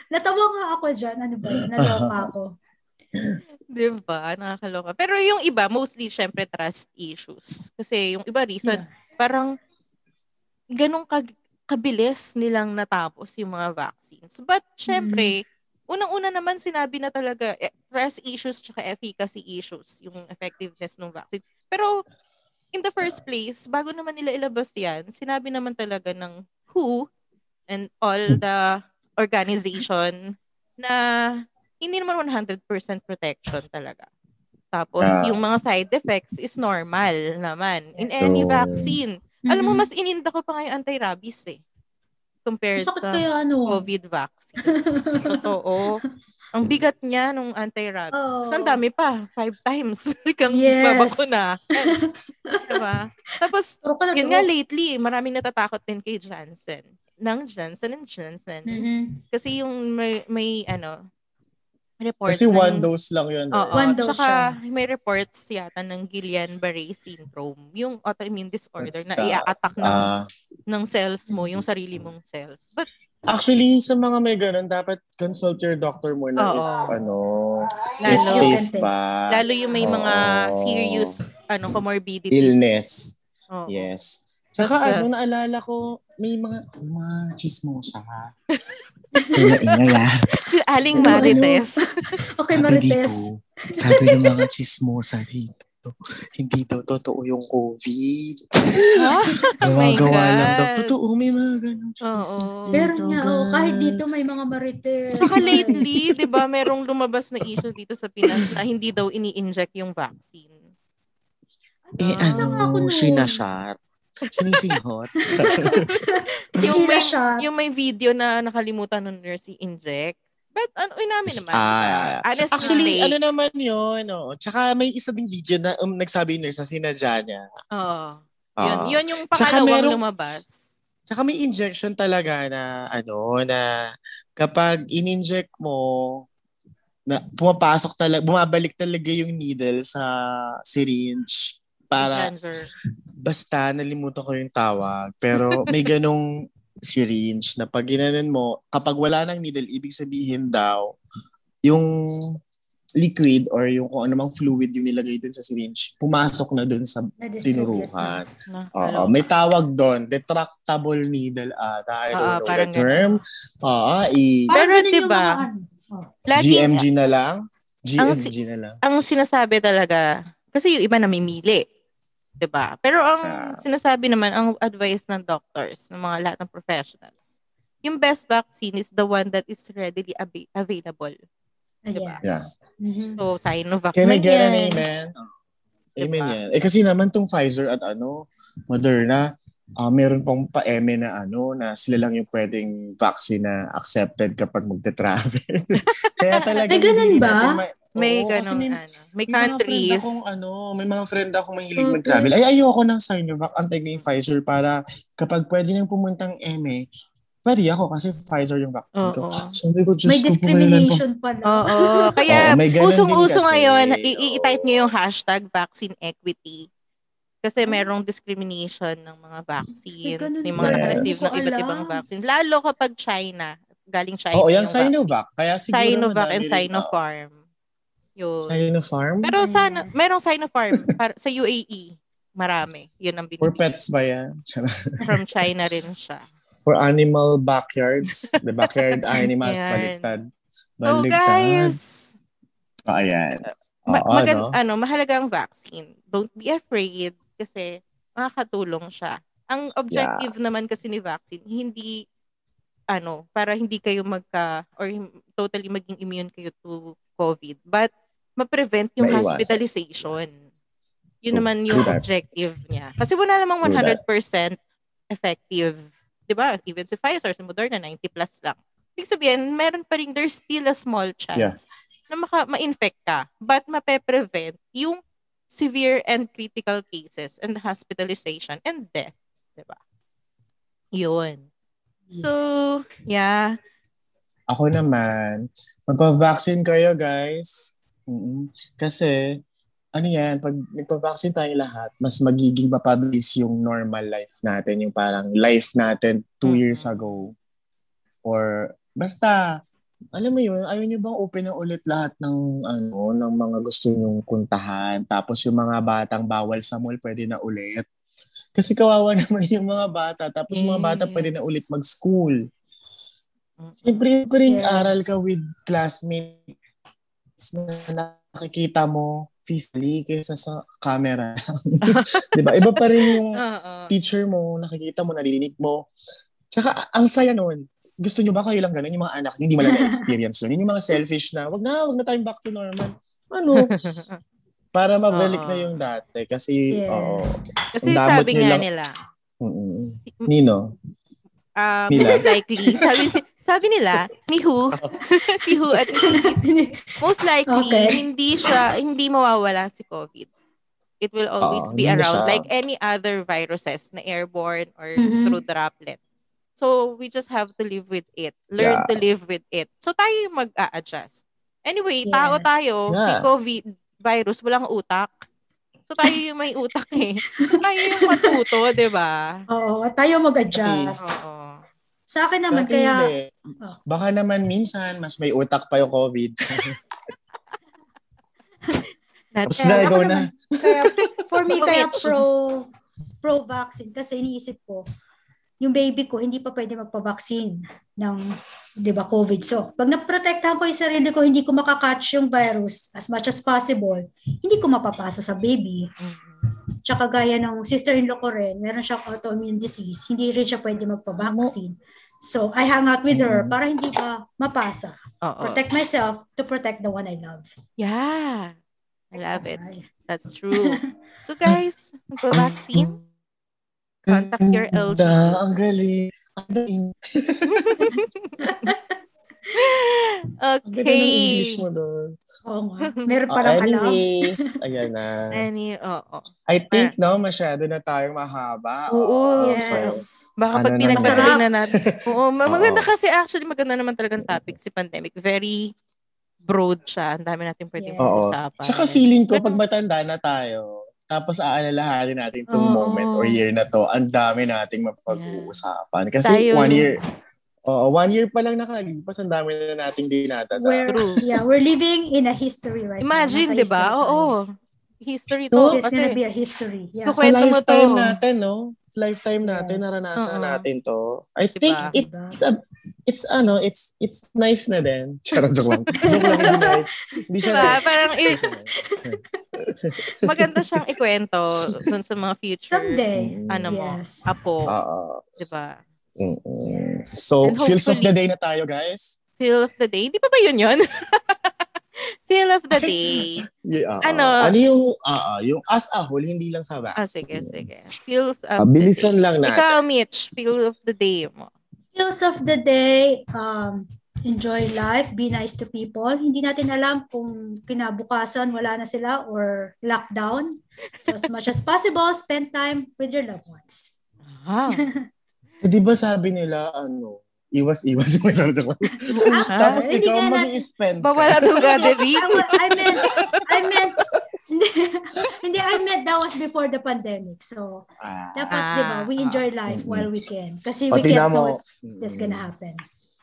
natawa nga ako dyan, ano ba, yun? naloka ako. Di ba? Nakakaloka. Pero yung iba, mostly, syempre, trust issues. Kasi yung iba reason, parang ganun kag- kabilis nilang natapos yung mga vaccines. But syempre, unang-una naman sinabi na talaga eh, trust issues tsaka efficacy issues, yung effectiveness ng vaccine. Pero in the first place, bago naman nila ilabas yan, sinabi naman talaga ng WHO and all Hmm. the organization na hindi naman 100% protection talaga. Tapos, Ah. yung mga side effects is normal naman in Yes. any So- vaccine. Mhm. Alam mo, mas ininda ko pa ngayon anti-rabies eh. Compared Sakit sa kaya ano. COVID vaccine. Totoo. Ang bigat niya nung anti-rabies. Oo. Tapos ang dami pa. Five times. Kang Yes. babakuna. diba? Tapos, True ka na, yun eh, true. nga lately, maraming natatakot din kay Janssen. ng Johnson and Johnson. Mhm. Kasi yung may, may ano, report. Kasi one dose lang yun. eh. Oo, right? One one dose Tsaka may reports yata ng Guillain-Barré syndrome, yung autoimmune disorder That's na the- Mm-hmm. ia-attack ng, Ah, ng cells mo, yung sarili mong cells. But, actually, sa mga may ganun, dapat consult your doctor muna Oo. if, ano, Lalo. if safe Oh. Depende. ba. lalo yung may mga Oo. serious ano comorbidities. Illness. Oo. Yes. Tsaka Yes. ano, naalala ko, may mga, may mga chismosa. Ingay-ingay ah. Si Aling Ano, ano? Marites. Okay, Marites. dito, sabi ng mga chismosa dito, hindi daw totoo yung COVID. Gumagawa God. lang daw. Totoo, may mga ganun chismis Oo. dito, Meron nga, oh, kahit guys. dito may mga Marites. Saka lately, di ba, merong lumabas na issue dito sa Pinas na hindi daw ini-inject yung vaccine. Eh Ah. ano, Ako nun. sinashot. Sinisinghot. Yung Yung may- may, siya. Yung may video na nakalimutan ng nurse i-inject. But ano, uy namin naman. Ah, diba? Honest Actually, mistake. ano naman yun. Oh. Tsaka may isa ding video na um, nagsabi yung nurse na sinadya niya. Oo. Ah. oh, yun, yun yung Tsaka pangalawang merong- lumabas. Tsaka may injection talaga na ano na kapag in-inject mo na pumapasok talaga bumabalik talaga yung needle sa syringe para Ginger. basta nalimutan ko yung tawag pero may ganong syringe na pag ginanon mo kapag wala ng needle ibig sabihin daw yung liquid or yung kung ano mang fluid yung nilagay dun sa syringe pumasok na dun sa tinuruhan ano. Oo, may tawag doon, retractable needle ata. I Oo, don't know the Ah, parang term. Oo, i Pero diba, ano. Oh, Laging- GMG na lang. Ang GMG na lang. ang sinasabi talaga, kasi yung iba namimili. 'di ba? Pero ang Yeah. sinasabi naman, ang advice ng doctors, ng mga lahat ng professionals, yung best vaccine is the one that is readily abi- available. diba? Yeah. Mm-hmm. So, Sinovac. Can na I get an yan. amen? Amen Oh, Diba? yan. Eh kasi naman tong Pfizer at ano, Moderna, ah meron pang pa-eme na ano, na sila lang yung pwedeng vaccine na accepted kapag magte-travel. Kaya talaga. May ganun hindi ba? natin ma- May Oo, kasi ganun, may- ano. May May mga friend countries. akong ano, may mga friend akong mahilig Mm-mm. mag-travel. Ay, ayoko ng Sinovac, antay ko yung Pfizer para kapag pwede nang pumuntang M, pwede ako kasi Pfizer yung vaccine ko. Oo. Sabi ko, Diyos May ko, pumaylan pa. discrimination Oh. pala. Oo. Kaya Oo, may ganun din usong-uso kasi. ngayon, Oo. i- i-type nyo yung hashtag vaccine equity. Kasi merong discrimination ng mga vaccines, Hmm. May ganun yung mga ba? naka-receive ng Hindi ko iba't alam. ibang vaccines. Lalo kapag China, galing China. Oo, yung vaccine. Sinovac. Kaya siguro Sinovac madami and rin- Sinopharm. Yun. Oo. Sinopharm? Pero sana, merong Sinopharm para, sa UAE. Marami. Yun ang For binibigay. pets ba yan? Charot. From China rin siya. For animal backyards? The backyard animals Yan. baliktad. So guys, Oh, ayan. Oo, ma- magan- no? ano, mahalaga ang vaccine. Don't be afraid kasi makakatulong siya. Ang objective naman kasi ni vaccine, hindi ano, para hindi kayo magka or him- totally maging immune kayo to COVID, but ma-prevent yung Maiwasan. hospitalization. Yun True. naman yung True that. objective niya. Kasi wala namang True that. 100% effective. 'Di ba? Even si Pfizer, si Moderna, 90 plus lang. Ibig sabihin, meron pa rin, there's still a small chance Yeah. na maka, ma-infect ka. But mape-prevent yung severe and critical cases and hospitalization and death. 'di ba? Yun. So, yeah. Ako naman, magpa-vaccine kayo guys. Mm-mm. Kasi, ano yan, pag nagpa-vaccine tayo lahat, mas magiging mapabilis yung normal life natin, yung parang life natin two Mhm. years ago. Or, basta, alam mo yun, ayaw nyo bang open na ulit lahat ng, ano, ng mga gusto nyong kuntahan? Tapos yung mga batang bawal sa mall, pwede na ulit. Kasi kawawa naman yung mga bata. Tapos yung mga bata Yes. pwede na ulit mag-school. Mm-mm. Siyempre, pa rin Yes. aral ka with classmates na nakikita mo physically kaysa sa camera. di ba? Iba pa rin yung Oo. teacher mo, nakikita mo, narinig mo. Tsaka, ang saya nun. Gusto nyo ba kayo lang ganun yung mga anak nyo, hindi malala experience nun. Yun yung mga selfish na, wag na, wag na tayong back to normal. Ano? Para mabalik Oo. na yung dati. Kasi, Yes. oo. Kasi Ang damot sabi nga nilang- nila, Mm-mm. Nino? um, Nila. most likely, sabi, sabi nila, ni Who, si Who at most likely, Okay. hindi siya, hindi mawawala si COVID. It will always Oo, be Oh, hindi na around siya. like any other viruses na airborne or Mhm. through droplet. So, we just have to live with it. Learn Yeah. to live with it. So, tayo yung mag-a-adjust. Anyway, Yes. tao tayo. Si Yeah. COVID virus, walang utak. So, tayo yung may utak eh. So, tayo yung matuto, di ba? Oo, tayo mag-adjust. Oo. Sa akin naman, Dati kaya hindi. Oh. Baka naman minsan, mas may utak pa yung COVID. That's Tapos na, ako ikaw na. naman, kaya for me kaya Bitch. pro pro vaccine kasi iniisip ko yung baby ko hindi pa pwede magpa-vaccine ng 'di ba COVID. So, pag naprotektahan ko yung sarili ko, hindi ko makakatch yung virus as much as possible. Hindi ko mapapasa sa baby. Mm-hmm. Tsaka gaya ng sister-in-law ko rin, meron siyang autoimmune disease. Hindi rin siya pwede magpa-vaccine. So, I hang out with Mm-hmm. her para hindi ka mapasa. Oo. Protect myself to protect the one I love. Yeah. I love it. Ay. That's true. So guys, magpa-vaccine. Contact your Ganda, LG. Mm-hmm. Ang galing. Ang galing. Ang ganda ng okay. English mo doon. Oo nga. Meron Oh, palang Ano alam. anyways, ayan na. Any, oo. I think, no, masyado na tayong mahaba. Oo. Oh, I'm sorry. Yes. Baka Ano pag na pinagpatuloy naman. na natin. Oo, ma- maganda Oo. kasi actually maganda naman talagang topic si pandemic. Very broad siya. Ang dami natin pwedeng Yes. Oo. pag-usapan. Tsaka feeling ko, Pero- pag matanda na tayo, tapos aalalahanin natin itong Oo. moment or year na to, ang dami nating mapag-uusapan. Kasi Tayo- one year, oo, one year pa lang nakalipas, ang dami na nating dinadada. We're, True. yeah, we're living in a history right Imagine, now. Nasa di ba? history tayo. Oo. History Ito, to. It's gonna Kasi, be a history. Yeah. So, Sa kwento mo to. lifetime natin, no? Sa lifetime natin, Yes. naranasan Oo. natin to. I Diba? think Diba? it's a, it's ano, it's it's nice na din. Charot, joke lang. joke lang, hindi nice. Hindi siya Diba? nice. Parang Hindi i- siya nice. maganda siyang ikwento dun sa mga future Someday. ano mo, Yes. apo, Oo. di ba? Mm-mm. Yes. So, And feels of hopefully- the day na tayo, guys. Feel of the day. Di pa ba yun yun? Feel of the day. Yeah, oo. Ano? Ano yung, ah, ah, yung as a whole, hindi lang sa vaccine. Ah, sige, sige. Feels Ah, of the day. bilisan lang natin. Ikaw, Mitch, feel of the day mo. Skills of the day, um, enjoy life, be nice to people. Hindi natin alam kung kinabukasan wala na sila or lockdown. So as much as possible, spend time with your loved ones. Ah, Eh, Di ba sabi nila, ano, iwas-iwas yung charot, joke lang. oo Ah, nga. Tapos Hindi ikaw nga natin- mag-spend ka. Bawala itong gathering. I, wa- I meant, I meant, hindi, I meant that was before the pandemic. So, Ah. dapat, Ah, di ba, we ah. enjoy life while we can. Kasi O, we tingnan can't mo. know if that's gonna happen.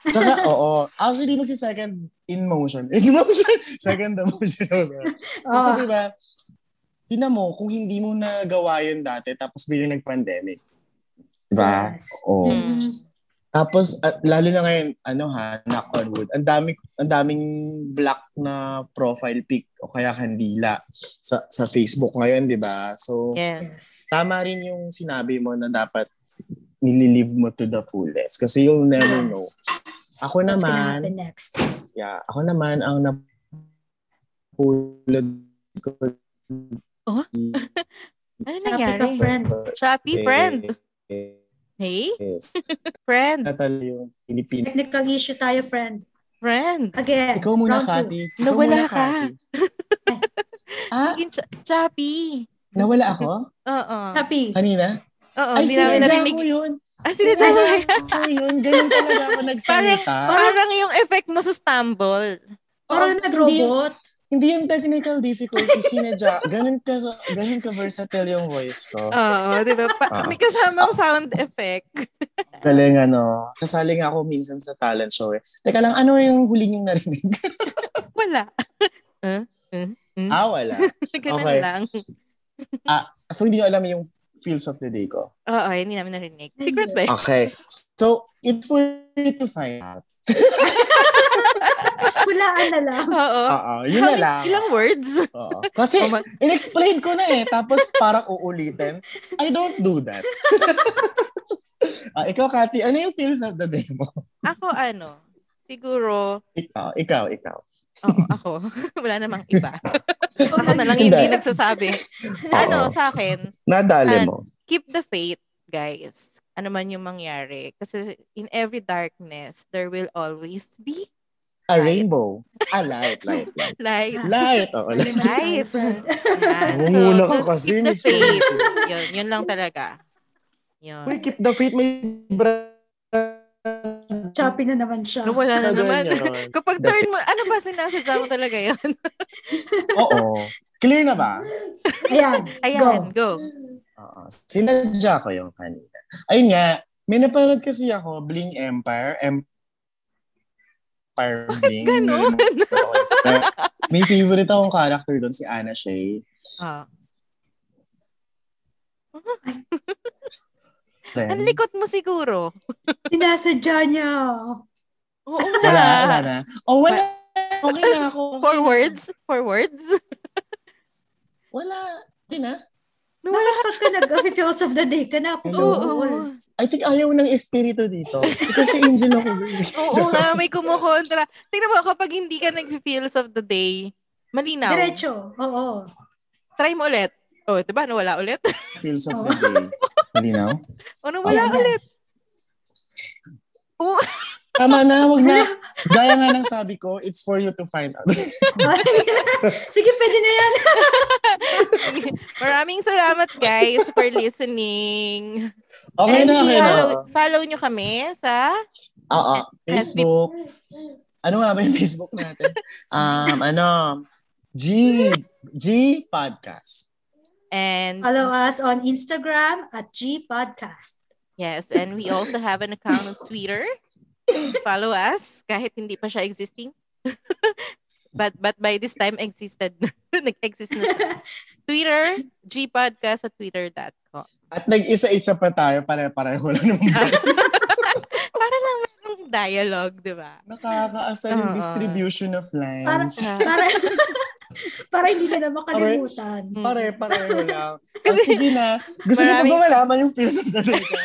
Tsaka, oo. Actually, magsi second in motion. In motion. Second the motion. also. Ah. Kasi Oh, diba, tinan mo, kung hindi mo nagawa yun dati, tapos bilang nag-pandemic. Diba? Yes. Oo. Mm. Tapos, at, lalo na ngayon, ano ha, knock on wood, ang dami, ang daming black na profile pic o kaya kandila sa, sa Facebook ngayon, di ba? So, Yes. yes. tama rin yung sinabi mo na dapat nililive mo to the fullest. Kasi you'll never know. Yes. Ako What's gonna naman, happen next? Yeah, ako naman ang napulad ko. Oh? Ano Topic nangyari? of friend. Shopee friend. Hey, Yes. friend. Natal yung Pilipino. Technical issue tayo, friend. Friend. Again, Ikaw muna, round two. Kati. Ikaw Nawala muna, ka. Kati. ah, Yung ch- Shopee. nawala ako? Oo. Happy. Kanina? Oo, Oh, Ay, hindi namin sinadya narinig. ko yun. Ah, sinadya mo Sinadya yan. ko yun. Ganun talaga ako nagsalita. Parang yung effect mo sa stumble. Parang Oo, nag-robot. Hindi yung technical difficulty, sinadya. Ganun ka, ganun ka versatile yung voice ko. Oo, di ba? Pa- Ah. may kasamang sound effect. Galing ano. Sasali nga ako minsan sa talent show eh. Teka lang, ano yung huli niyong narinig? Wala. ah, wala. Ganun Okay. lang. So, hindi nyo alam yung feels of the day ko. Oo, hindi namin narinig. Secret Ah. ba? yun? Okay. So, it's for you to find out. Hulaan na lang. Oo. Oo, yun na How many- lang. Oh, Ilang words? Oo. Kasi, Oh my- in-explain ko na eh. Tapos, parang uulitin. I don't do that. Ah, ikaw, Kati, ano yung feels of the day mo? Ako ano, siguro, Ikaw, ikaw, ikaw. oo, ako. Wala namang iba. Ako na lang Hindi. hindi nagsasabi. Ano, Oo. sa akin, Ah, Nadali mo. keep the faith, guys. Ano man yung mangyari. Kasi in every darkness, there will always be A light. rainbow. A light, light, light. light. Light. Oo, light. Right. Yan. Mamumula ka just kasi, Keep the Mitch. faith. yun, yun lang talaga. Yun. Uy, keep the faith, may brand Choppy na naman siya. Nawala na Ano naman. Ganyan. Kapag turn mo, ano ba sinasadya mo talaga yun? Oo. Clear na ba? Ayan. Ayan, go. Oo. Sinadya ko yung kanina. Ayun nga, may napanood kasi ako, Bling Empire, Empire Bling. Ah, ganun? may favorite akong character doon, si Anna Shea. Ah. Then, Ang likot mo siguro. Sinasadya niya. Oo Wala, nga. wala na. Oh, wala. Okay na ako. Four words? Four words? Wala. Okay na. Dapat pagka nag-fills of the day ka na. Oo. Hello? Oo, pupukol. I think ayaw ng espiritu dito. Kasi angel ako. oo nga, may kumukontra. Tingnan mo, kapag hindi ka nag-feels of the day, malinaw. Diretso. Oo. Try mo ulit. O, oh, diba? Nawala ulit? Feels of the day. Malinaw? o, nawala Ayan na. ulit. Tama na, wag na. Gaya nga ng sabi ko, it's for you to find out. Sige, pwede na yan. Maraming salamat, guys, for listening. Okay na, And okay na. follow, follow nyo kami sa... Oo, Facebook. Ano nga ba yung Facebook natin? Um, ano? G, G Podcast. And Follow us on Instagram at G Podcast. yes, and we also have an account on Twitter. Follow us kahit hindi pa siya existing. but but by this time existed. Nag-exist na siya. Twitter, gpodcast at twitter.com. At nag-isa-isa pa tayo, pare-pareho lang naman. Para lang merong dialogue, di ba? Nakakaasar yung Oo. distribution of lines. Parang, para, para hindi ka na makalimutan. Mm. Pare-pareho lang. Ah, sige na. Gusto niyo Marami- ba malaman yung feels of the day ko?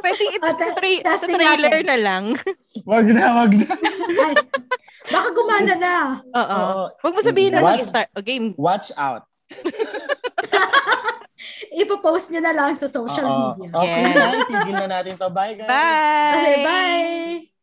Pwede ito sa, Ah, ta- tra- sa testing trailer natin. na lang. Wag na, wag na. Ay, baka gumana na. Oo. Oo. Huwag mo sabihin na What? start o game. Watch out. Ipopost nyo na lang sa social Oo. media. Okay Yes. na, itigil na natin to. Bye guys. Okay, Bye! bye!